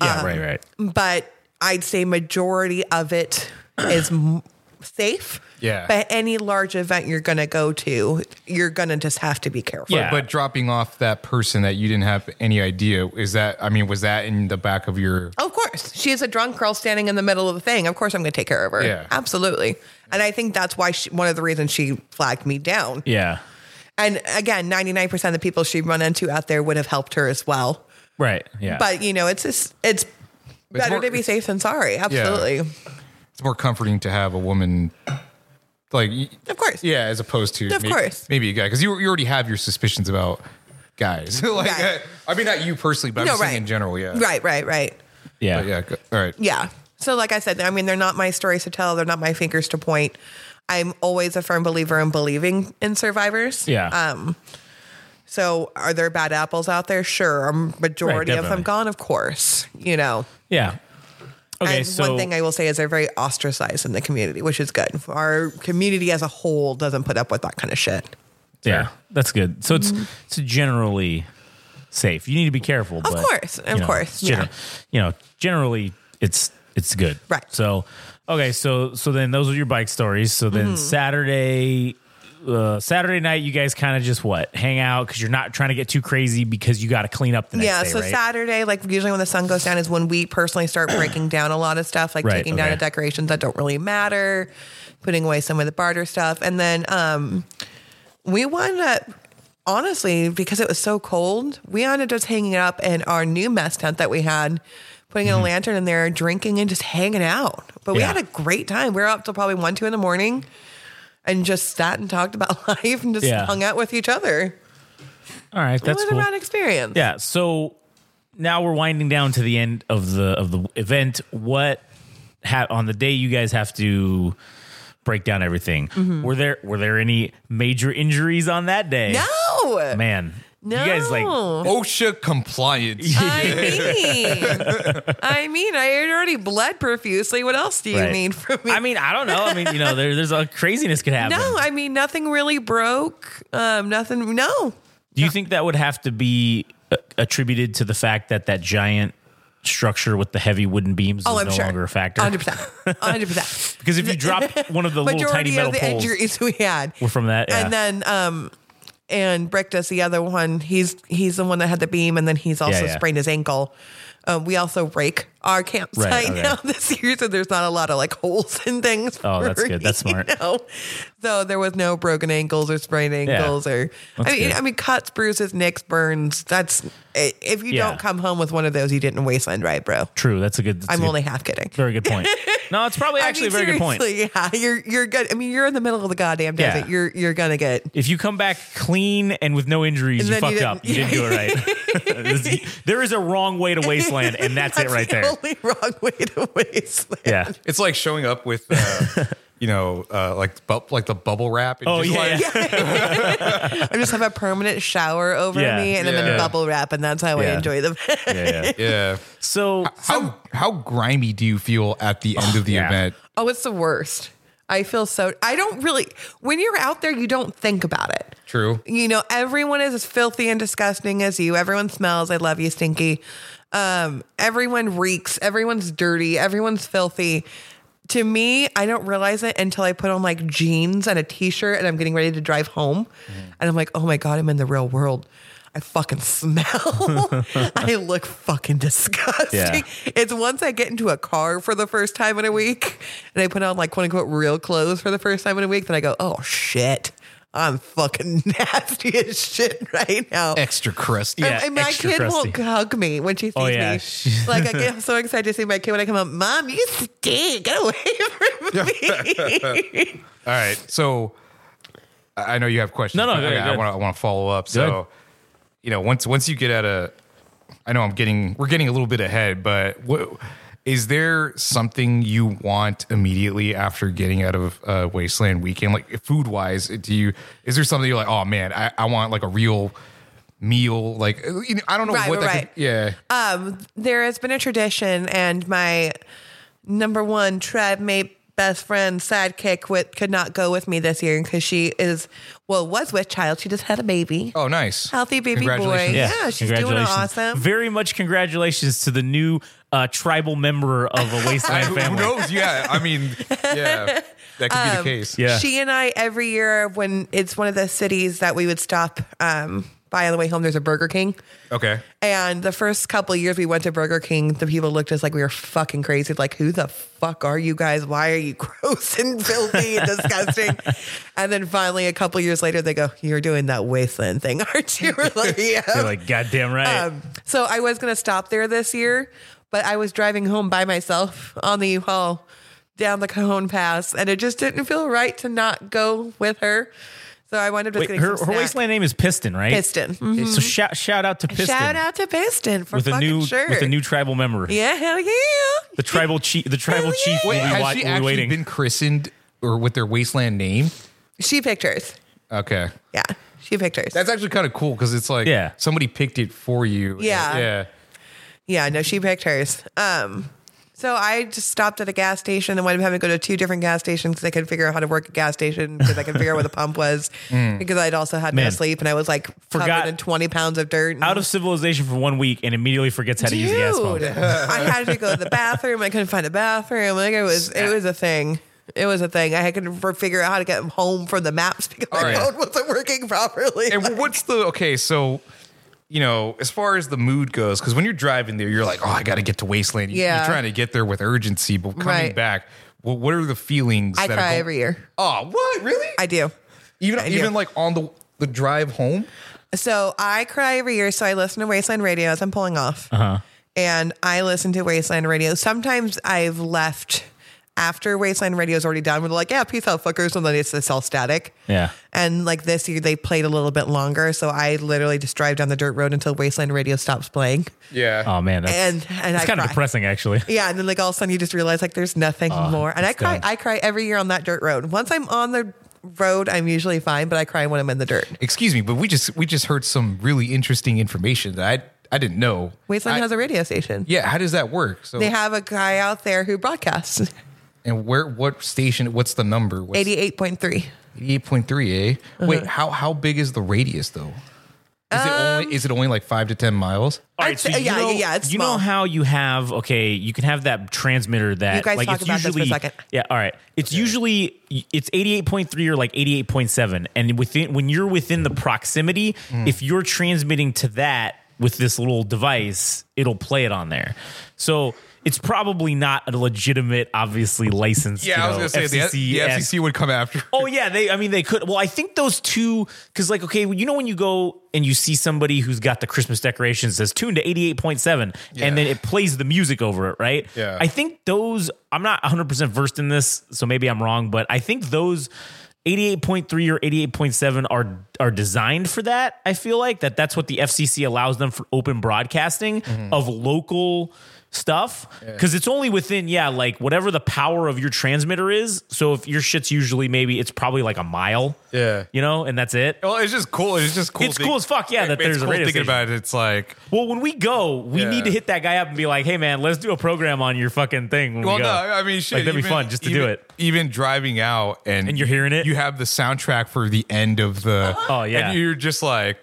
E: Um,
D: Yeah. right. Right.
E: but I'd say majority of it is m- safe.
F: Yeah.
E: But any large event you're going to go to, you're going to just have to be careful.
D: Yeah.
F: but dropping off that person that you didn't have any idea is that I mean was that in the back of your
E: Of course. She is a drunk girl standing in the middle of the thing. Of course, I'm going to take care of her.
F: Yeah.
E: Absolutely. And I think that's why she, one of the reasons she flagged me down.
D: Yeah.
E: And again, 99% of the people she'd run into out there would have helped her as well.
D: Right. Yeah.
E: But, you know, it's just, it's better
F: more-
E: to be safe than sorry. Absolutely.
F: it's more comforting to have a woman like y-
E: Of course.
F: <laughs> yeah, as opposed to
E: Of
F: maybe,
E: course.
F: maybe a guy because you you already have your suspicions about guys. <laughs> like
E: Right.
F: uh, I mean, not you personally, but I'm
E: No,
F: just saying
E: right.
F: in general. Yeah,
E: Right, right, right.
D: Yeah.
F: But yeah. go- All right.
E: Yeah. So, like I said, I mean, they're not my stories to tell. They're not my fingers to point. I'm always a firm believer in believing in survivors.
D: Yeah.
E: Um. So, are there bad apples out there? Sure. A majority
D: Right,
E: of them
D: definitely.
E: gone, of course. You know.
D: Yeah. Okay,
E: and
D: so
E: one thing I will say is they're very ostracized in the community, which is good. Our community as a whole doesn't put up with that kind of shit.
D: yeah, that's good. So it's it's generally safe. You need to be careful. Of
E: course, of course, yeah.
D: You know, generally it's it's good.
E: Right.
D: So okay, so so then those are your bike stories. So then
E: Mm-hmm.
D: Saturday. Uh, Saturday night, you guys kind of just what hang out because you're not trying to get too crazy because you got to clean up the next
E: yeah.
D: day,
E: so
D: right?
E: Saturday, like usually when the sun goes down, is when we personally
D: <clears throat>
E: start breaking down a lot of stuff, like
D: Right,
E: taking down
D: okay.
E: the decorations that don't really matter, putting away some of the barter stuff, and then um, we wound up honestly because it was so cold, we ended up just hanging up in our new mess tent that we had. Putting a lantern in there, drinking and just hanging out. But we
D: Mm-hmm. Yeah.
E: had a great time. We were up till probably one, two in the morning, and just sat and talked about <laughs> life and just
D: Yeah.
E: hung out with each other.
D: All right,
E: It
D: that's
E: was
D: cool.
E: a rad experience.
D: Yeah. So now we're winding down to the end of the of the event. What ha- on the day you guys have to break down everything?
E: Mm-hmm.
D: Were there were there any major injuries on that day?
E: No.
D: Man, you guys like
E: No.
F: OSHA compliance.
D: <laughs>
E: I mean, I mean, I had already bled profusely. What else do you
D: Right.
E: need from me?
D: I mean, I don't know. I mean, you know, there, there's a craziness could happen.
E: no, I mean, nothing really broke. Um, nothing. No,
D: Do you think that would have to be uh, attributed to the fact that that giant structure with the heavy wooden beems
E: oh,
D: is
E: I'm
D: no
E: sure.
D: longer a factor?
E: 100%. 100%.
D: <laughs> Because if
E: <laughs>
D: you drop one of the little
E: Majority
D: tiny metal
E: of the
D: poles,
E: injuries we had.
D: were from that. Yeah.
E: And then, um, and Brick does the other one. He's he's the one that had the beam, and then he's also
D: yeah.
E: sprained his ankle. Um, we also rake our campsite
D: Right, okay.
E: now this year, so there's not a lot of like holes and things.
D: Oh, that's
E: for,
D: good. That's
E: <laughs> you
D: smart.
E: know? So there was no broken ankles or sprained ankles or I
D: That's
E: mean,
D: good.
E: I mean cuts, bruises, nicks, burns. That's i- if you
D: Yeah.
E: don't come home with one of those, you didn't wasteland ride, bro.
D: True. That's a good. That's
E: I'm
D: a good-
E: only half kidding.
D: Very
E: <laughs>
D: good point. No, it's probably
E: I
D: actually
E: mean,
D: a very good point.
E: seriously, Yeah, you're you're good. I mean, you're in the middle of the goddamn
D: Yeah.
E: desert. You're you're gonna get
D: If you come back clean and with no injuries,
E: And then
D: you fucked
E: you
D: up. You
E: didn't-
D: didn't do it right.
E: <laughs>
D: there is a wrong way to <laughs> wasteland, and that's, it right
E: the <laughs>
D: there.
E: Only wrong way to wasteland. <laughs>
D: Yeah.
F: It's like showing up with, uh, you know, uh, like bu- like the bubble wrap. And
D: Oh
F: just
D: yeah.
E: <laughs>
F: like-
D: yeah.
E: I just have a permanent shower over
D: Yeah.
E: me and I'm
F: Yeah.
E: in bubble wrap, and that's how I
D: Yeah.
E: enjoy them.
D: yeah, yeah.
F: yeah.
D: So
F: How how grimy do you feel at the end of the
D: <sighs> yeah.
F: event?
E: <laughs> oh, it's the worst. I feel so. I don't really. When you're out there, you don't think about it.
F: True.
E: You know, everyone is as filthy and disgusting as you. Everyone smells. I love you, stinky. Um, everyone reeks. Everyone's dirty. Everyone's filthy. To me, I don't realize it until I put on like jeans and a t-shirt and I'm getting ready to drive home. And I'm like, oh my God, I'm in the real world. I fucking smell. I look fucking disgusting. It's once I get into a car for the first time in a week and I put on like quote unquote real clothes for the first time in a week that I go, oh shit, I'm fucking <laughs> nasty as shit right now.
F: Extra crusty.
D: Yeah,
E: and my
D: extra
E: kid won't
D: crusty.
E: hug me when she sees
D: Oh, yeah. <laughs>
E: me. like I get so excited to see my kid when I come up. Mom, you stink. Get away <laughs> from me.
F: All right. So I I know you have questions.
D: No, no,
F: but
D: go ahead, go
F: I
D: ahead.
F: want to I want to follow up.
D: Go ahead.
F: So you know, once once you get at a, I know I'm getting we're getting a little bit ahead, but what is there something you want immediately after getting out of uh, Wasteland Weekend, like food wise? Do you is there something you're like, oh man, I, I want like a real meal? Like you know, I don't know
E: Right,
F: what
E: right,
F: that
E: right. Uh,
F: Could, yeah.
E: Um, there has been a tradition, and my number one tribe mate, best friend, sidekick with, could not go with me this year because she is, well, was with child. She just had a baby.
F: oh, nice.
E: Healthy baby boy.
F: Congratulations.
E: Yeah, she's doing awesome.
D: Very much congratulations to the new uh, tribal member
E: <laughs>
D: of a
F: I-
D: wasteland
F: who
D: family.
F: knows? Yeah, I mean, yeah, that could be the
E: Um,
F: case.
D: Yeah.
E: She and I every year when it's one of the cities that we would stop um, by on the way home. There's a Burger King,
F: Okay.
E: and the first couple of years we went to Burger King, the people looked at us like we were fucking crazy. Like, who the fuck are you guys? Why are you <laughs> gross and filthy and
D: <laughs>
E: disgusting? and then finally, a couple of years later, they go, "You're doing that wasteland thing, <laughs> aren't you?" We're like, yeah.
D: <laughs> You're like, goddamn right.
E: Um, so I was going to stop there this year, but I was driving home by myself on the U-Haul down the Cajon Pass, and it just didn't feel right to not go with her. So I wound up just
D: Wait,
E: getting
D: her,
E: some
D: her
E: snack.
D: waistline name is Piston, right?
E: Piston. Mhm.
D: So shout shout out to Piston
E: Shout out to Piston for
D: with a
E: fucking
D: new
E: sure.
D: with a new tribal member.
E: yeah, hell yeah.
D: The tribal chief. The tribal
E: Hell
D: chief
E: yeah.
D: will
F: Wait,
D: be
F: has
D: wa-
F: she
D: will be
F: actually
D: waiting.
F: been christened or with their wasteland name?
E: She picked hers.
F: Okay.
E: Yeah, she picked hers.
F: That's actually kind of cool because it's like
D: Yeah.
F: somebody picked it for you.
E: Yeah.
F: Yeah.
E: Yeah, no, she picked hers. Um, so I just stopped at a gas station and wound up having to go to two different gas stations because I couldn't figure out how to work a gas station because I could figure out where the pump
D: <laughs>
E: was because I'd also had
D: Hmm. Man.
E: no sleep and I was like
D: Forgot-
E: covered in twenty pounds of dirt. and-
D: out of civilization for one week and immediately forgets how to use the gas pump.
E: Dude, <laughs> I had to go to the bathroom. I couldn't find a bathroom. Like it was, it was a thing. It was a thing. I couldn't f- figure out how to get home from the maps <laughs> because
D: Oh,
E: my
F: Alright.
E: phone wasn't working properly.
F: And what's the okay? So, you know, as far as the mood goes, because when you're driving there, you're like, oh, I got to get to Wasteland. You-
E: Yeah.
F: You're trying to get there with urgency, but coming
E: Right.
F: back, well, what are the feelings?
E: I
F: that
E: cry
F: go-
E: every year.
F: Oh, what really?
E: I do.
F: even
E: I do.
F: even like on the the drive home.
E: So I cry every year. So I listen to Wasteland Radio as I'm pulling off.
D: Uh-huh.
E: And I listen to Wasteland Radio. Sometimes I've left after Wasteland Radio is already done. We're like, yeah, peace out, fuckers. And then it's, it's all static.
D: Yeah.
E: And like this year, they played a little bit longer. So I literally just drive down the dirt road until Wasteland Radio stops playing.
F: Yeah.
D: Oh man, that's
E: And, and I
D: it's kind
E: cry.
D: of depressing Ah, actually.
E: Yeah, and then like all of a sudden you just realize like there's nothing more. And I
D: it's
E: cry
D: done.
E: I cry every year on that dirt road. Once I'm on the road, I'm usually fine, but I cry when I'm in the dirt.
F: Excuse me, but we just we just heard some really interesting information that I I didn't know.
E: Wasteland
F: I-
E: has a radio station.
F: Yeah. How does that work? So
E: They have a guy out there who
D: <laughs>
E: broadcasts
F: and where what station? What's the number? What's
E: 88.3.
F: 88.3 eh? Wait, how how big is the radius though? Is it only is it only like five to ten miles?
D: All
E: I'd say- yeah, yeah, yeah, it's
D: you know
E: small.
D: how you have okay, you can have that transmitter that
E: You guys
D: like
E: talk
D: it's
E: about this for a
D: usually
E: second.
D: yeah, all right. It's usually it's eighty eight point three or like eighty eight point seven, and within when you're within the proximity,
E: Mm.
D: if you're transmitting to that with this little device, it'll play it on there. So. It's probably not a legitimate, obviously licensed. you know, FCC -esque
F: would come after. <laughs>
D: <laughs> Oh yeah, they. I mean, they could. Well, I think those two because, like, okay, you know, when you go and you see somebody who's got the Christmas decorations says tuned to eighty eight point seven,
F: Yeah.
D: and then it plays the music over it, right?
F: Yeah.
D: I think those. I'm not one hundred percent versed in this, so maybe I'm wrong, but I think those. 88.3 or 88.7 are are designed for that. I feel like that that's what the FCC allows them for open broadcasting
F: Mm-hmm.
D: of local stuff because it's only within yeah like whatever the power of your transmitter is so if your shit's usually maybe it's probably like a mile
F: Yeah.
D: you know and that's it
F: Well, it's just cool. It's just cool.
D: It's cool as fuck, yeah, that there's a radio
F: thinking
D: station.
F: about it. It's like
D: well when we go we
F: Yeah.
D: need to hit that guy up and be like hey man let's do a program on your fucking thing when
F: well,
D: we
F: no,
D: go
F: I mean, shit,
D: like that'd be
F: even-
D: fun just to do
F: even-
D: it
F: Even driving out and
D: And you're hearing it?
F: you have the soundtrack for the end of the.
D: Oh, yeah.
F: and you're just like,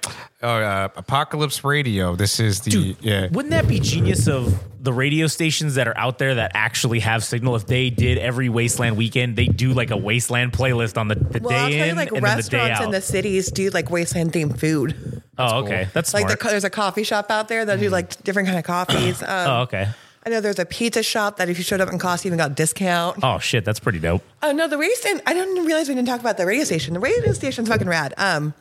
F: oh, uh, apocalypse radio. This is the
D: Dude,
F: yeah.
D: wouldn't that be genius of the radio stations that are out there that actually have signal? If they did every wasteland weekend, they do like a wasteland playlist on the, the
E: Well, I'll
D: day
E: tell
D: in
E: you like
D: and then the day
E: restaurants
D: out.
E: in the cities do like wasteland themed food.
D: oh, okay, that's
E: Like
D: smart. Mm.
E: the, co- there's a coffee shop out there that do like different kind of coffees. Um,
D: <clears throat> oh, okay.
E: I know there's a pizza shop that if you showed up in costume, you even got a discount.
D: Oh shit, that's pretty dope.
E: Oh no, the radio station. I didn't realize we didn't talk about the radio station. The radio station's fucking rad. Um,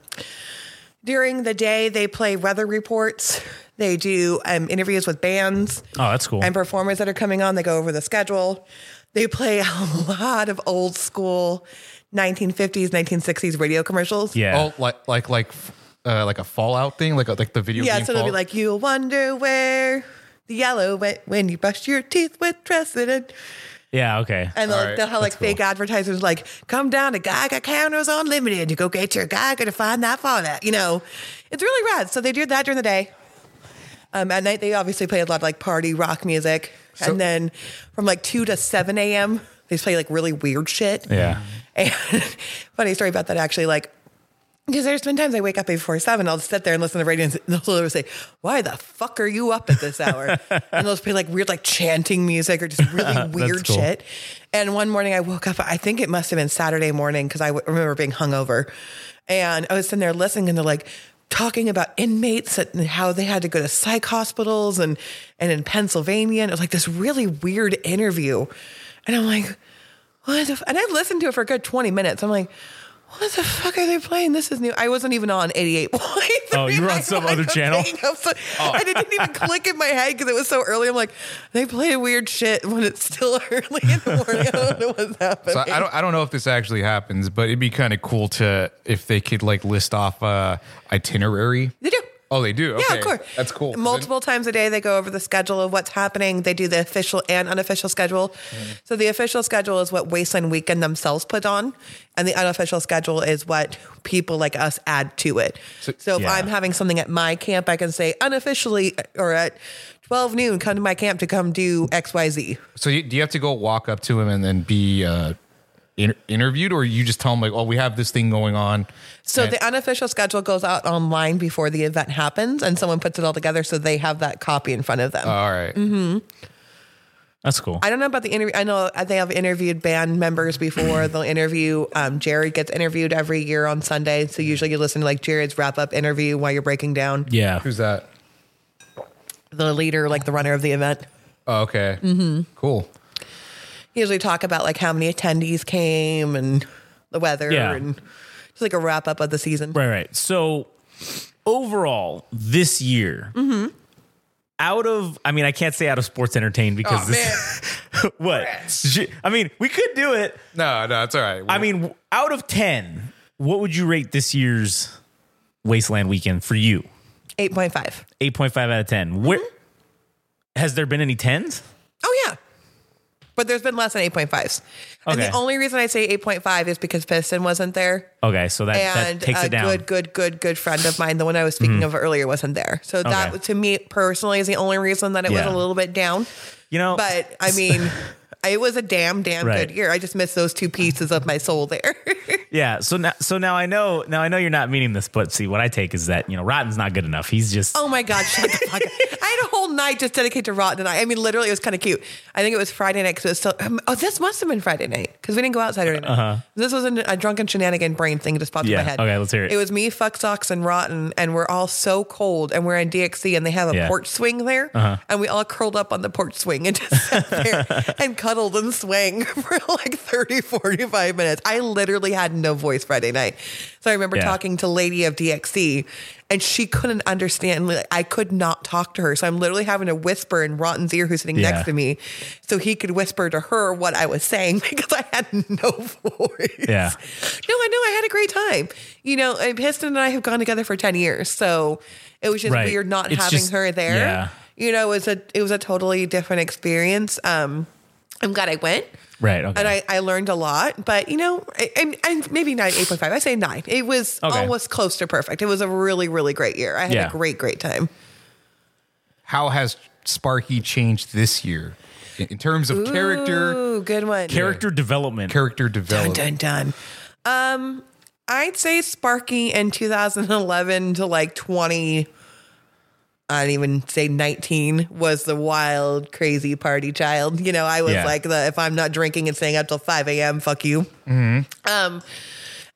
E: during the day they play weather reports. They do um, interviews with bands
D: Oh, that's cool.
E: and performers that are coming on. They go over the schedule. They play a <laughs> lot of old school 1950s, 1960s radio commercials.
D: yeah.
F: Oh, like like like f- uh, like a Fallout thing, like a, like the video.
E: Yeah,
F: game
E: so they'll be
F: Fallout.
E: like, you'll wonder where the yellow went when you brushed your teeth with Tressidin.
D: yeah. Okay.
E: And they'll,
F: All right,
E: they'll have like
F: that's
E: fake advertisers like, come down to Geiger Counters Unlimited to go get your Geiger to find that fallout. You know, it's really rad. So they do that during the day. Um, at night, they obviously play a lot of like party rock music.
F: So-
E: and then from like 2 to 7 a.m., they just play like really weird shit.
D: Yeah.
E: And <laughs> funny story about that actually, like, because there's been times I wake up before seven, I'll sit there and listen to the radio, and <laughs> they'll literally say, "Why the fuck are you up at this hour?" and they'll play like weird, like chanting music or just really weird
D: cool.
E: shit. And one morning I woke up. I think it must have been Saturday morning because I w- remember being hungover, and I was sitting there listening, and they're like talking about inmates and how they had to go to psych hospitals and and in Pennsylvania, and it was like this really weird interview, and I'm like what the f-? and I listened to it for a good 20 minutes. I'm like, what the fuck are they playing? This is new. I wasn't even on 88 point.
D: Oh,
E: <laughs>
D: you were on some other channel?
F: Oh.
E: I didn't even click in my head because it was so early. I'm like, they play weird shit when it's still <laughs> early in the morning. I don't know what's happening.
F: So I don't I don't know if this actually happens, but it'd be kind of cool to if they could like list off uh itinerary.
E: they do.
F: Oh, they do. Okay.
E: Yeah, of course.
F: That's cool.
E: Multiple times a day, they go over the schedule of what's happening. They do the official and unofficial schedule.
F: Mm-hmm.
E: So the official schedule is what Wasteland Weekend themselves put on, and the unofficial schedule is what people like us add to it. So, if
D: Yeah.
E: I'm having something at my camp, I can say unofficially or at 12 noon, come to my camp to come do X Y Z.
F: So you, do you have to go walk up to him and then be uh, inter- interviewed, or you just tell him like, "Oh, we have this thing going on."
E: So
F: And-
E: the unofficial schedule goes out online before the event happens, and someone puts it all together so they have that copy in front of them.
D: Uh,
F: All right.
E: Mm-hmm.
D: That's cool.
E: I don't know about the interview. I know they have interviewed band members
D: <clears throat>
E: before. They'll interview. Um, Jared gets interviewed every year on Sunday, so usually you listen to like Jared's wrap up interview while you're breaking down
D: Mm-hmm. yeah.
F: Who's that?
E: the leader, like the runner of the event.
F: Oh, okay. Mm-hmm. Cool.
E: He usually talk about like how many attendees came and the weather
D: Yeah.
E: and just like a wrap up of the season.
D: Right, right. So overall, this year,
E: Mm-hmm.
D: out of I mean, I can't say out of sports entertained
E: Oh,
D: because this <laughs> what? Shit. I mean, we could do it.
F: No, no, it's all right.
D: I mean, w- out of ten, what would you rate this year's Wasteland Weekend for you?
E: Eight point five.
D: Eight point five out of 10 Where
E: Mm-hmm.
D: has there been any tens?
E: Oh yeah. But there's been less than 8.5s. And
D: Okay.
E: the only reason I say 8.5 is because Piston wasn't there.
D: Okay, so that, that
E: and
D: takes
E: a
D: it down. Mm-hmm.
E: good, good, good, good friend of mine, the one I was speaking of earlier, wasn't there. So that,
D: Okay.
E: to me personally, is the only reason that it
D: Yeah.
E: was a little bit down.
D: you know,
E: But I mean,
D: <laughs>
E: it was a damn, damn
D: Right.
E: good year. I just missed those two pieces of my soul there. <laughs>
D: yeah. So now, so now I know. Now I know you're not meaning this, but see, what I take is that you know, Rotten's not good enough. He's just
E: <laughs> oh my god, shut the fuck up! I had a whole night just dedicated to Rotten. I, I mean, literally, it was kind of cute. I think it was Friday night because it was still. Um, oh, this must have been Friday night because we didn't go out Saturday night. This was an, a drunken shenanigan brain thing that just popped
D: Uh-huh. Yeah.
E: in my head.
D: Okay, let's hear it.
E: It was me, fuck socks, and Rotten, and we're all so cold, and we're in DXC, and they have a
D: Yeah. Uh-huh.
E: porch swing there, and we all curled up on the porch swing and just sat
D: <laughs>
E: there and cuddled and swang <laughs> for like 30, 45 minutes. I literally had no voice Friday night, so I remember
D: Yeah.
E: talking to Lady of DXC, and she couldn't understand. Like, I could not talk to her, so I'm literally having to whisper in Rotten's ear, who's sitting
D: Yeah.
E: next to me, so he could whisper to her what I was saying <laughs> because I had no voice.
D: Yeah.
E: No, I know I had a great time. You know, and Piston and I have gone together for ten years, so it was just
D: Right.
E: weird not
D: It's
E: having
D: just-
E: her there.
D: yeah.
E: You know, it was a it was a totally different experience. Um, I'm glad I went.
D: right. Okay.
E: And I, I learned a lot, but you know, I- and, and maybe not 8.5. I say nine. It was
D: Okay.
E: almost close to perfect. It was a really, really great year. I had
D: Yeah.
E: a great, great time.
F: how has Sparky changed this year in, in terms of character,
E: Ooh, good one.
D: character development.
F: character
E: Dun,
F: development?
E: dun, dun. Um, I'd say Sparky in 2011 to like 20, I don't even say 19 was the wild, crazy party child. You know, I was
D: Yeah.
E: like, the, if I'm not drinking and staying up till 5 a.m., fuck you.
D: Mm-hmm.
E: Um,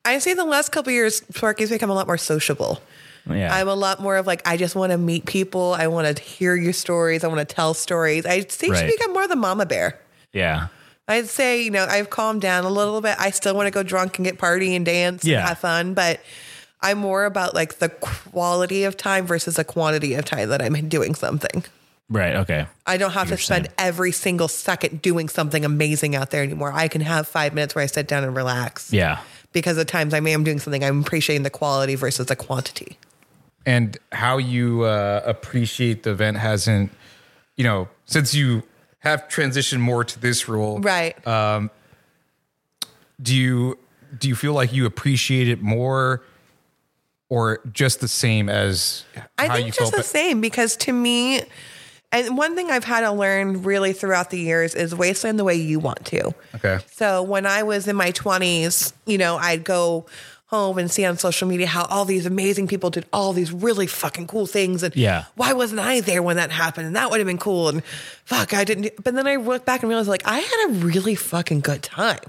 E: I'd say the last couple years, Sparky's become a lot more sociable.
D: yeah.
E: I'm a lot more of like, I just want to meet people. I want to hear your stories. I want to tell stories. I'd say
D: Right.
E: she's become more the mama bear.
D: yeah.
E: I'd say, you know, I've calmed down a little bit. I still want to go drunk and get party and dance
D: Yeah.
E: and have fun, but I'm more about like the quality of time versus the quantity of time that I'm doing something.
D: Right. Okay.
E: I don't have to spend every single second doing something amazing out there anymore. I can have five minutes where I sit down and relax
D: Yeah.
E: because the times I am doing something, I'm appreciating the quality versus the quantity.
F: and how you uh, appreciate the event hasn't, you know, since you have transitioned more to this role,
E: Right.
F: do you do you feel like you appreciate it more or just the same as
E: I
F: how
E: think
F: you
E: just
F: felt
E: the
F: ba-
E: same because to me, and one thing I've had to learn really throughout the years is wasteland the way you want to.
F: Okay.
E: So when I was in my 20s, you know, I'd go home and see on social media how all these amazing people did all these really fucking cool things. And
D: Yeah.
E: why wasn't I there when that happened? And that would have been cool. And fuck, I didn't. do- But then I look back and realize like, I had a really fucking good time.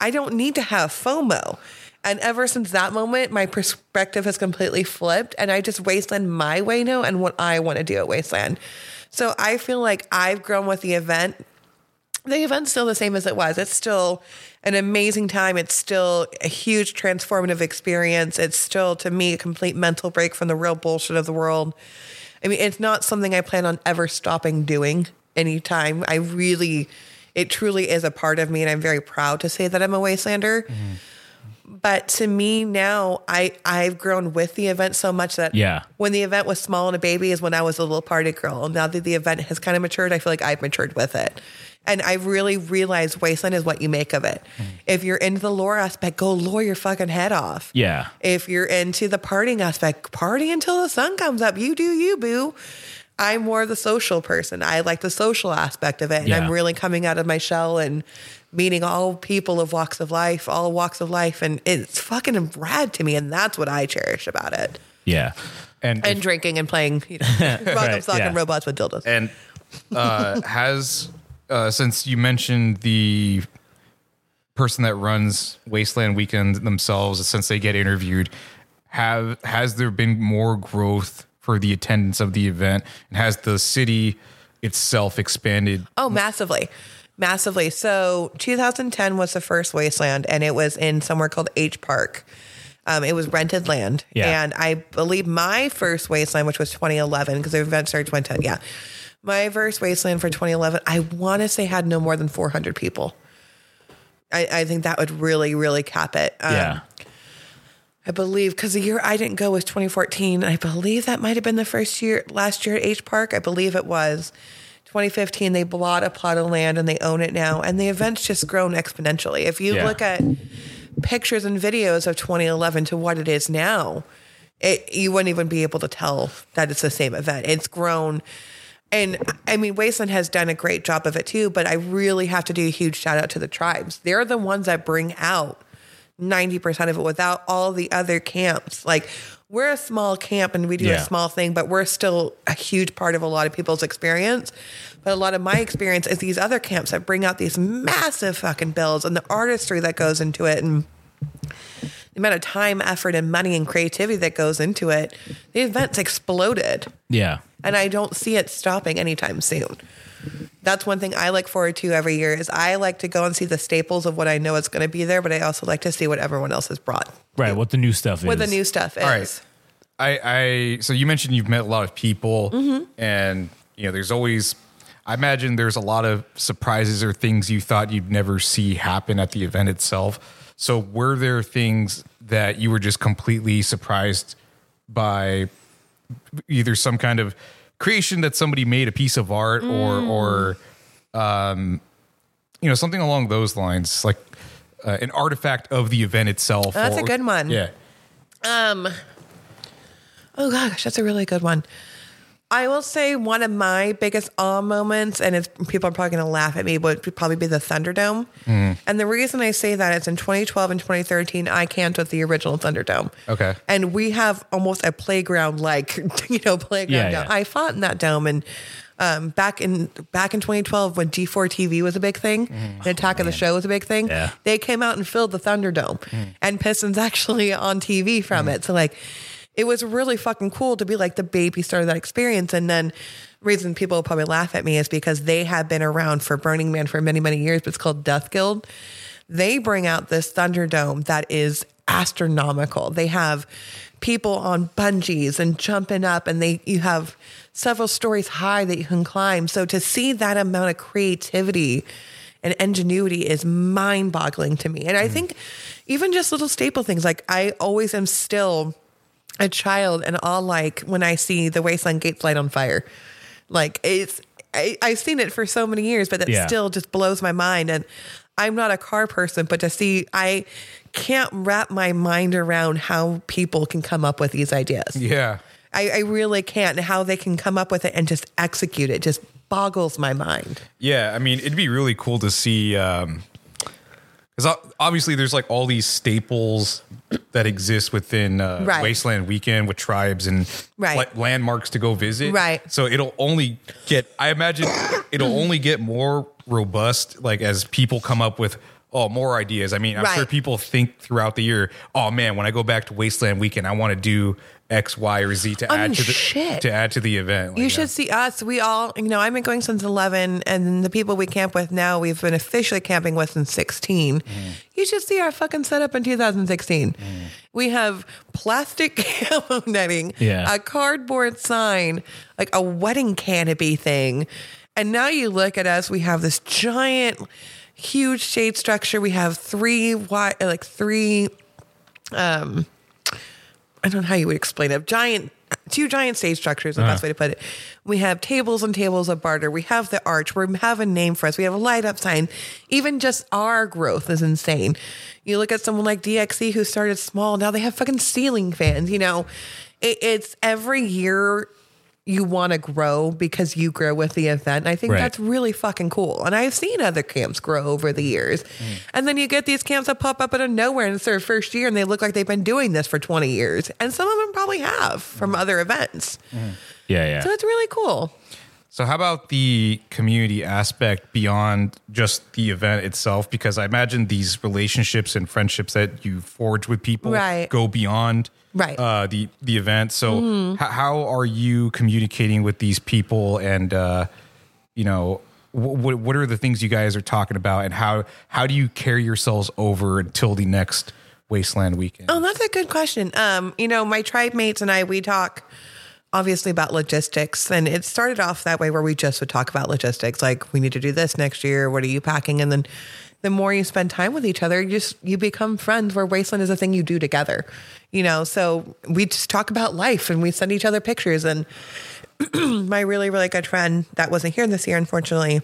E: I don't need to have FOMO. And ever since that moment, my perspective has completely flipped. And I just wasteland my way now and what I want to do at Wasteland. So I feel like I've grown with the event the event's still the same as it was. It's still an amazing time. It's still a huge transformative experience. It's still, to me, a complete mental break from the real bullshit of the world. I mean, it's not something I plan on ever stopping doing anytime. I really, it truly is a part of me, and I'm very proud to say that I'm a wastelander. But to me now, I I've grown with the event so much that
D: Yeah.
E: when the event was small and a baby is when I was a little party girl. Now that the event has kind of matured, I feel like I've matured with it. And I really realized Wasteland is what you make of it.
D: Mm.
E: If you're into the lore aspect, go lore your fucking head off.
D: Yeah.
E: If you're into the partying aspect, party until the sun comes up. You do you, boo. I'm more of the social person. I like the social aspect of it. And
D: Yeah.
E: I'm really coming out of my shell and meeting all people of walks of life, all walks of life. And it's fucking rad to me. And that's what I cherish about it.
D: Yeah.
F: And
E: And drinking and playing, you
D: <laughs>
E: know, rock
D: Right,
E: sock
D: yeah.
E: and robots with dildos.
F: and uh, has uh, since you mentioned the person that runs Wasteland Weekend themselves, since they get interviewed, have has there been more growth for the attendance of the event, and has the city itself expanded?
E: Oh, massively. Massively. So 2010 was the first wasteland, and it was in somewhere called H Park. Um, it was rented land.
D: Yeah.
E: And I believe my first wasteland, which was 2011, because the event started 2010. Yeah. My first wasteland for 2011, I want to say had no more than 400 people. I, I think that would really, really cap it. Um,
D: yeah.
E: I believe because the year I didn't go was 2014. And I believe that might have been the first year, last year at H Park. I believe it was 2015. They bought a plot of land and they own it now. And the event's just grown exponentially. If you
D: Yeah.
E: look at pictures and videos of 2011 to what it is now, it, you wouldn't even be able to tell that it's the same event. It's grown. And I mean, Wasteland has done a great job of it too, but I really have to do a huge shout out to the tribes. They're the ones that bring out 90% of it without all the other camps. Like, we're a small camp and we do
D: Yeah.
E: a small thing, but we're still a huge part of a lot of people's experience. But a lot of my experience is these other camps that bring out these massive fucking bills and the artistry that goes into it. And the amount of time, effort, and money and creativity that goes into it, the event's exploded.
D: Yeah.
E: And I don't see it stopping anytime soon. That's one thing I look forward to every year is I like to go and see the staples of what I know is going to be there, but I also like to see what everyone else has brought,
D: Right. What the new stuff is.
E: what the new stuff is.
F: All right. I, I so you mentioned you've met a lot of people
E: Mm-hmm.
F: and you know there's always I imagine there's a lot of surprises or things you thought you'd never see happen at the event itself. So were there things that you were just completely surprised by either some kind of creation that somebody made a piece of art
E: Mm.
F: or or you know something along those lines like uh, an artifact of the event itself.
E: That's a
F: or-
E: good one.
F: Yeah.
E: Oh gosh, that's a really good one. I will say one of my biggest awe moments, and it's people are probably going to laugh at me, would probably be the Thunderdome.
D: Hmm.
E: And the reason I say that is in 2012 and 2013, I camped with the original Thunderdome.
F: Okay.
E: And we have almost a playground like, <laughs> you know, playground.
D: Yeah,
E: dome.
D: yeah.
E: I fought in that dome. And um, back in back in 2012, when G4 TV was a big thing, and Attack of the Show was a big thing,
D: Mm-hmm. Oh, Yeah.
E: they came out and filled the Thunderdome. And Pistons actually on TV from it. So, like, it was really fucking cool to be like the baby star of that experience. And then, reason people will probably laugh at me is because they have been around for Burning Man for many, many years, but it's called Death Guild. They bring out this Thunderdome that is astronomical. They have people on bungees and jumping up, and they you have several stories high that you can climb. So to see that amount of creativity and ingenuity is mind boggling to me. And I think even just little staple things, like I always am still a child and all like when I see the Wasteland Gates light on fire. Like it's, I, I've seen it for so many years, but that
D: Yeah.
E: still just blows my mind. And I'm not a car person, but to see, I can't wrap my mind around how people can come up with these ideas.
F: Yeah.
E: I, I really can't. and How they can come up with it and just execute it just boggles my mind.
F: Yeah, I mean, it'd be really cool to see um because obviously there's like all these staples that exist within uh,
E: Right.
F: Wasteland Weekend with tribes and
E: Right.
F: like landmarks to go visit.
E: Right.
F: So it'll only get, I imagine, it'll only get more robust like as people come up with oh, more ideas. I mean, I'm
E: Right.
F: sure people think throughout the year, oh man, when I go back to Wasteland Weekend, I want to do X, Y, or Z to
E: I
F: add
E: mean,
F: to the
E: Oh, shit.
F: to add to the event. Like,
E: You
F: yeah.
E: should see us. We all, you know, I've been going since 11, and the people we camp with now, we've been officially camping with since 16. You should see our fucking setup in 2016. We have plastic <laughs> camo netting,
D: Yeah.
E: a cardboard sign, like a wedding canopy thing. And now you look at us, we have this giant, huge shade structure. We have three, wi- like three I don't know how you would explain it. Giant, two giant stage structures, is the best way to put it. We have tables and tables of barter. We have the arch. We have a name for us. We have a light up sign. Even just our growth is insane. You look at someone like DXC who started small. Now they have fucking ceiling fans. You know, it, it's every year you want to grow because you grow with the event. And I think
D: Right.
E: that's really fucking cool. And I've seen other camps grow over the years. And then you get these camps that pop up out of nowhere and it's their first year and they look like they've been doing this for 20 years. And some of them probably have from other events.
D: Mm-hmm. Yeah,
E: So it's really cool.
F: So, how about the community aspect beyond just the event itself? Because I imagine these relationships and friendships that you forge with people
E: Right.
F: go beyond
E: Right. Mm-hmm.
F: uh, the the event. So, h- how are you communicating with these people? And uh, you know, what what are the things you guys are talking about? And how how do you carry yourselves over until the next Wasteland weekend?
E: Oh, that's a good question. Um, you know, my tribe mates and I, we talk obviously about logistics and it started off that way where we just would talk about logistics. Like we need to do this next year. What are you packing? And then the more you spend time with each other, you just, you become friends where wasteland is a thing you do together, you know? So we just talk about life and we send each other pictures and <clears throat> my really, really good friend that wasn't here this year, unfortunately,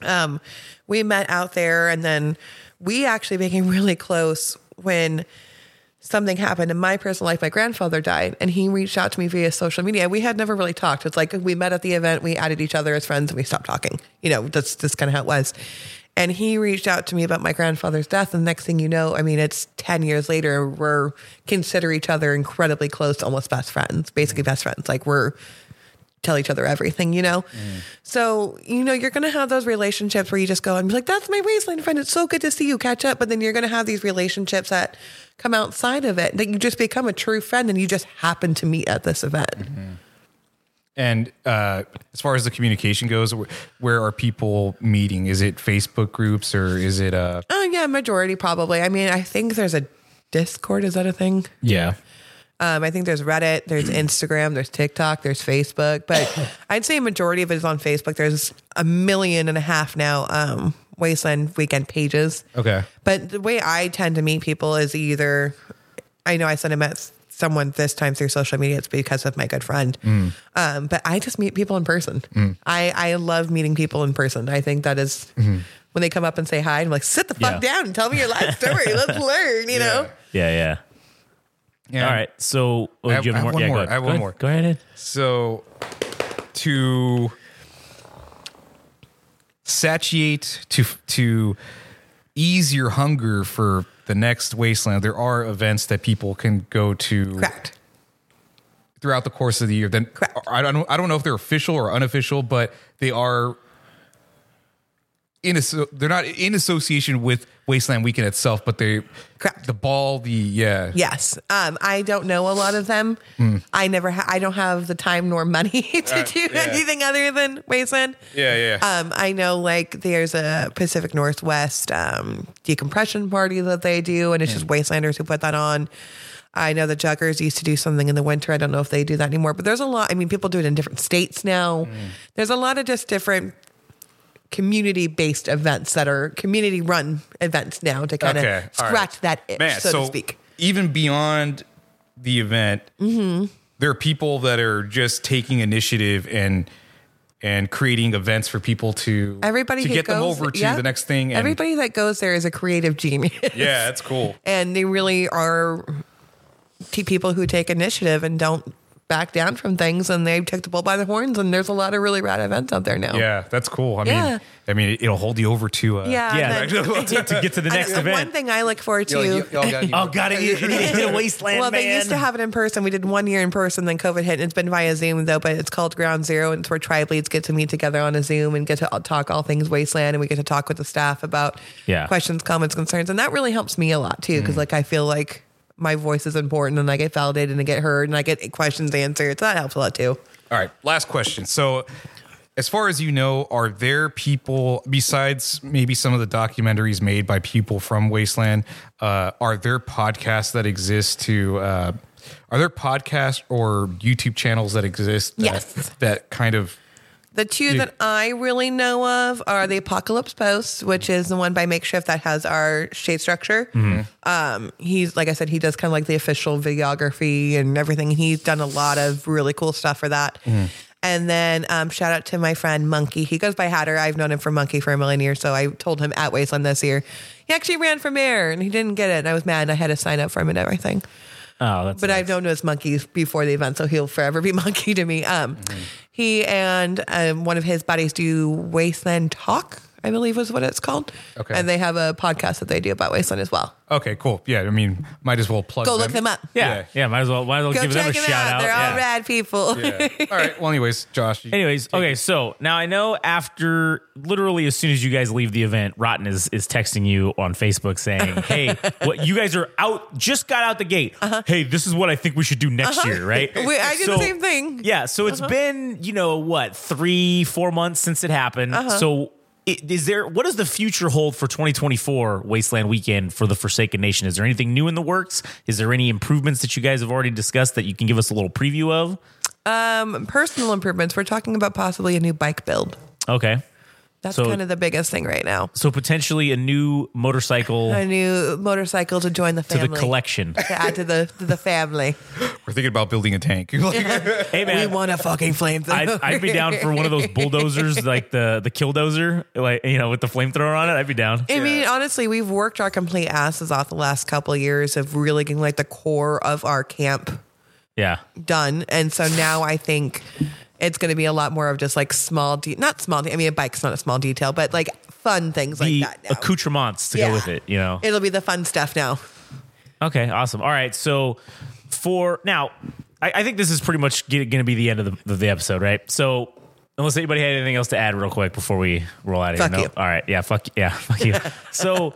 E: um, we met out there and then we actually became really close when something happened in my personal life. My grandfather died, and he reached out to me via social media. We had never really talked. It's like we met at the event, we added each other as friends, and we stopped talking. You know, that's just kind of how it was. And he reached out to me about my grandfather's death. And next thing you know, I mean, it's 10 years later, we're consider each other incredibly close, almost best friends, basically best friends. Like we're tell each other everything, you know? So, you know, you're going to have those relationships where you just go and be like, that's my wasteland friend. It's so good to see you catch up. But then you're going to have these relationships that come outside of it that you just become a true friend and you just happen to meet at this event.
F: And uh, as far as the communication goes, wh- where are people meeting? Is it Facebook groups or is it uh,
E: Oh, yeah, majority probably. I mean, I think there's a Discord. Is that a thing?
D: yeah.
E: Um, I think there's Reddit, there's Instagram, there's TikTok, there's Facebook, but I'd say a majority of it is on Facebook. There's a million and a half now um, Wasteland Weekend pages.
F: Okay.
E: But the way I tend to meet people is either I know I said I met someone this time through social media. It's because of my good friend.
D: Mm.
E: Um, but I just meet people in person. I, I love meeting people in person. I think that is when they come up and say hi, I'm like, sit the fuck
D: Mm-hmm. Yeah.
E: down and tell me your life story.
D: <laughs>
E: Let's learn, you know?
D: Yeah, yeah.
F: Yeah.
D: All right. So, oh,
F: I have-
D: do you
F: I
D: have,
F: have
D: more?
F: one
D: yeah,
F: more.
D: Go ahead.
F: I have
D: Go
F: one
D: ahead.
F: more.
D: Go ahead. Ed.
F: So to satiate to to ease your hunger for the next wasteland, there are events that people can go to
E: Correct.
F: throughout the course of the year. Then
E: Correct.
F: I don't I don't know if they're official or unofficial, but they are in asso- they're not in association with Wasteland Weekend itself, but they
E: Correct.
F: the ball the yeah
E: <laughs> Yes. Um, I don't know a lot of them.
F: Hmm.
E: I never, ha- I don't have the time nor money <laughs> to do
F: yeah.
E: anything other than Wasteland.
F: yeah yeah.
E: Um, I know like there's a Pacific Northwest um, decompression party that they do, and it's
F: Hmm.
E: just wastelanders who put that on. I know the Juggers used to do something in the winter. I don't know if they do that anymore, but there's a lot. I mean, people do it in different states now.
F: Hmm.
E: There's a lot of just different community based events that are community run events now to kind of
F: Okay, all
E: scratch
F: right.
E: that itch,
F: Man,
E: so, to speak.
F: Even beyond the event,
E: Mm-hmm.
F: there are people that are just taking initiative and and creating events for people to
E: Everybody
F: to
E: who
F: get them
E: goes-
F: over to
E: yeah.
F: the next thing. And
E: Everybody that goes there is a creative genius. <laughs>
F: yeah, that's cool.
E: and they really are t- people who take initiative and don't back down from things and they took the bull by the horns. And there's a lot of really rad events out there now.
F: Yeah, that's cool. I
E: Oh. Yeah.
F: mean, I mean, it'll hold you over to uh,
E: Yeah.
D: Yeah,
E: and then-
F: <laughs>
D: to get to the
E: and
D: next
E: the
D: event.
E: One thing I look forward to. <laughs>
D: Oh god, it, it, it hit a wasteland.
E: well, they
D: man.
E: used to have it in person. We did one year in person, then COVID hit, and it's been via Zoom though. But it's called Ground Zero, and it's where tribe leads get to meet together on a Zoom and get to all- talk all things wasteland, and we get to talk with the staff about
D: Yeah.
E: questions, comments, concerns, and that really helps me a lot too because like I feel like my voice is important, and I get validated and I get heard, and I get questions answered. So that helps a lot too.
F: All right, last question. So, as far as you know, are there people besides maybe some of the documentaries made by people from Wasteland? Uh, are there podcasts that exist to? Uh, are there podcasts or YouTube channels that exist? That,
E: Yes.
F: That kind of.
E: The two that I really know of are the Apocalypse Post, which is the one by Makeshift that has our shade structure. Um, he's like I said, he does kind of like the official videography and everything. He's done a lot of really cool stuff for that. And then um, shout out to my friend Monkey. He goes by Hatter. I've known him for Monkey for a million years, so I told him at Wasteland this year. He actually ran for mayor and he didn't get it. And I was mad. I had to sign up for him and everything
D: Oh, that's
E: but I've known him as Monkey before the event, so he'll forever be <laughs> Monkey to me. Um,
D: Mm-hmm.
E: he and um, one of his buddies do Wasteland Talk, I believe was what it's called.
F: Okay.
E: and they have a podcast that they do about Wasteland as well.
F: Okay, cool. Yeah, I mean, might as well plug.
E: Go look them up.
D: yeah,
F: yeah.
D: yeah, Might as well, might as well
E: Go
D: give them
E: check
D: a
E: them
D: shout
E: out.
D: out.
E: They're
D: yeah.
E: all rad people.
F: Yeah. All right. Well, anyways,
E: <laughs>
F: Josh. you-
D: Anyways, okay, so now I know after literally as soon as you guys leave the event, Rotten is is texting you on Facebook
E: <laughs>
D: saying, "Hey, what you guys are out just got out the gate. Hey, this is what I think we should do next year, right?"
E: Uh-huh. <laughs> We- I did the same thing. Uh-huh.
D: Yeah, so it's been, you know, what, 3 4 months since it happened.
E: Uh-huh.
D: So i- is there what does the future hold for 2024 Wasteland Weekend for the Forsaken Nation? Is there anything new in the works? Is there any improvements that you guys have already discussed that you can give us a little preview of?
E: Um, <laughs> personal improvements. We're talking about possibly a new bike build.
D: Okay.
E: That's
D: So-
E: kind of the biggest thing right now.
D: So potentially a new
E: <laughs>
D: motorcycle
E: A new motorcycle to join the
D: to the
E: family.
D: collection.
E: to add to the to the family.
F: We're thinking about building a tank. <laughs>
E: <laughs>
F: Like,
D: hey
E: We
D: <laughs> man,
E: want a fucking <laughs>
D: I'd,
E: flamethrower.
D: I'd be down for one of those bulldozers, like the the killdozer, like you know, with the flamethrower on it. I'd be down.
E: I mean, honestly, we've worked our complete asses off the last couple of years of really getting like the core of our camp
D: Yeah,
E: done. And so now I think it's going to be a lot more of just like small, de- not small, de- I mean, a bike's not a small detail, but like fun things like
D: the
E: that now.
D: accoutrements to
E: Yeah.
D: go with it. You know.
E: It'll be the fun stuff now.
D: Okay, awesome. All right, so for now, I, I think this is pretty much going to be the end of the, of the episode, right? So. Unless anybody had anything else to add, real quick, before we roll out of
E: Fuck
D: here.
E: you.
D: All right. Yeah. Fuck. Yeah. <laughs> Fuck you. so,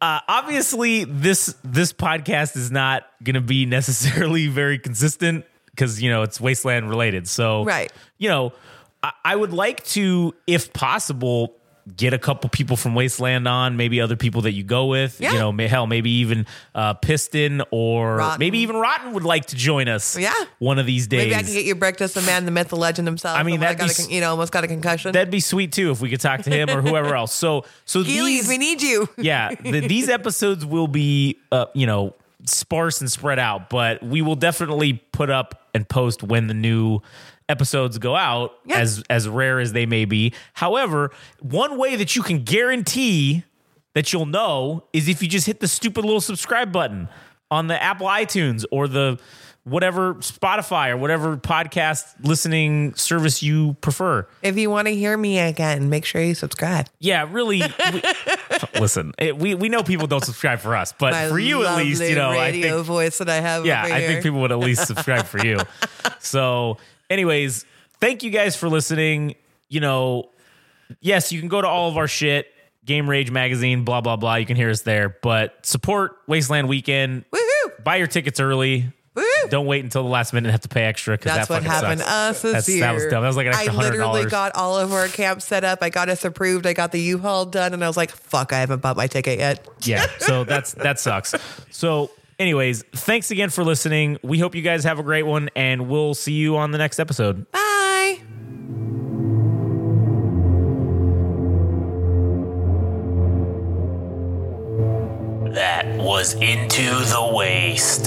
D: uh, obviously, this this podcast is not going to be necessarily very consistent because you know it's wasteland related. So,
E: Right.
D: you know, I, I would like to, if possible, get a couple people from Wasteland on, maybe other people that you go with.
E: Yeah.
D: You know, may, hell, maybe even uh, Piston or
E: Rotten.
D: maybe even Rotten would like to join us.
E: Yeah.
D: one of these days.
E: Maybe I can get you breakfast, the man, the myth, the legend himself.
D: I mean,
E: the one
D: that'd
E: got
D: be
E: a con-
D: s-
E: you know, almost got a concussion.
D: That'd be sweet too if we could talk to him or whoever else. So,
E: <laughs>
D: so
E: Heelys,
D: these,
E: we need you.
D: yeah, the, these episodes will be, uh, you know, sparse and spread out, but we will definitely put up and post when the new episodes go out,
E: Yeah.
D: as as rare as they may be. However, one way that you can guarantee that you'll know is if you just hit the stupid little subscribe button on the Apple iTunes or the whatever Spotify or whatever podcast listening service you prefer.
E: If you want to hear me again, make sure you subscribe.
D: Yeah, really.
E: <laughs>
D: We, listen, it, we we know people don't subscribe for us, but
E: My
D: for you at least, you know,
E: lovely
D: I
E: radio
D: think
E: voice that I have.
D: yeah,
E: over
D: I
E: here.
D: think people would at least subscribe for
E: <laughs>
D: you. So, anyways, thank you guys for listening. You know, yes, you can go to all of our shit, Game Rage magazine, blah blah blah. You can hear us there, but support Wasteland Weekend.
E: Woohoo!
D: Buy your tickets early.
E: Woohoo!
D: Don't wait until the last minute and have to pay extra because
E: That's
D: that
E: what
D: fucking
E: happened
D: sucks.
E: us this
D: That's-
E: year.
D: That was dumb. That was like an extra
E: I
D: hundred
E: literally
D: dollars.
E: got all of our camp set up. I got us approved. I got the U-Haul done, and I was like, "Fuck, I haven't bought my ticket yet."
D: <laughs> yeah so that's that sucks so anyways thanks again for listening we hope you guys have a great one and we'll see you on the next episode
E: Bye.
A: That was Into the Waste.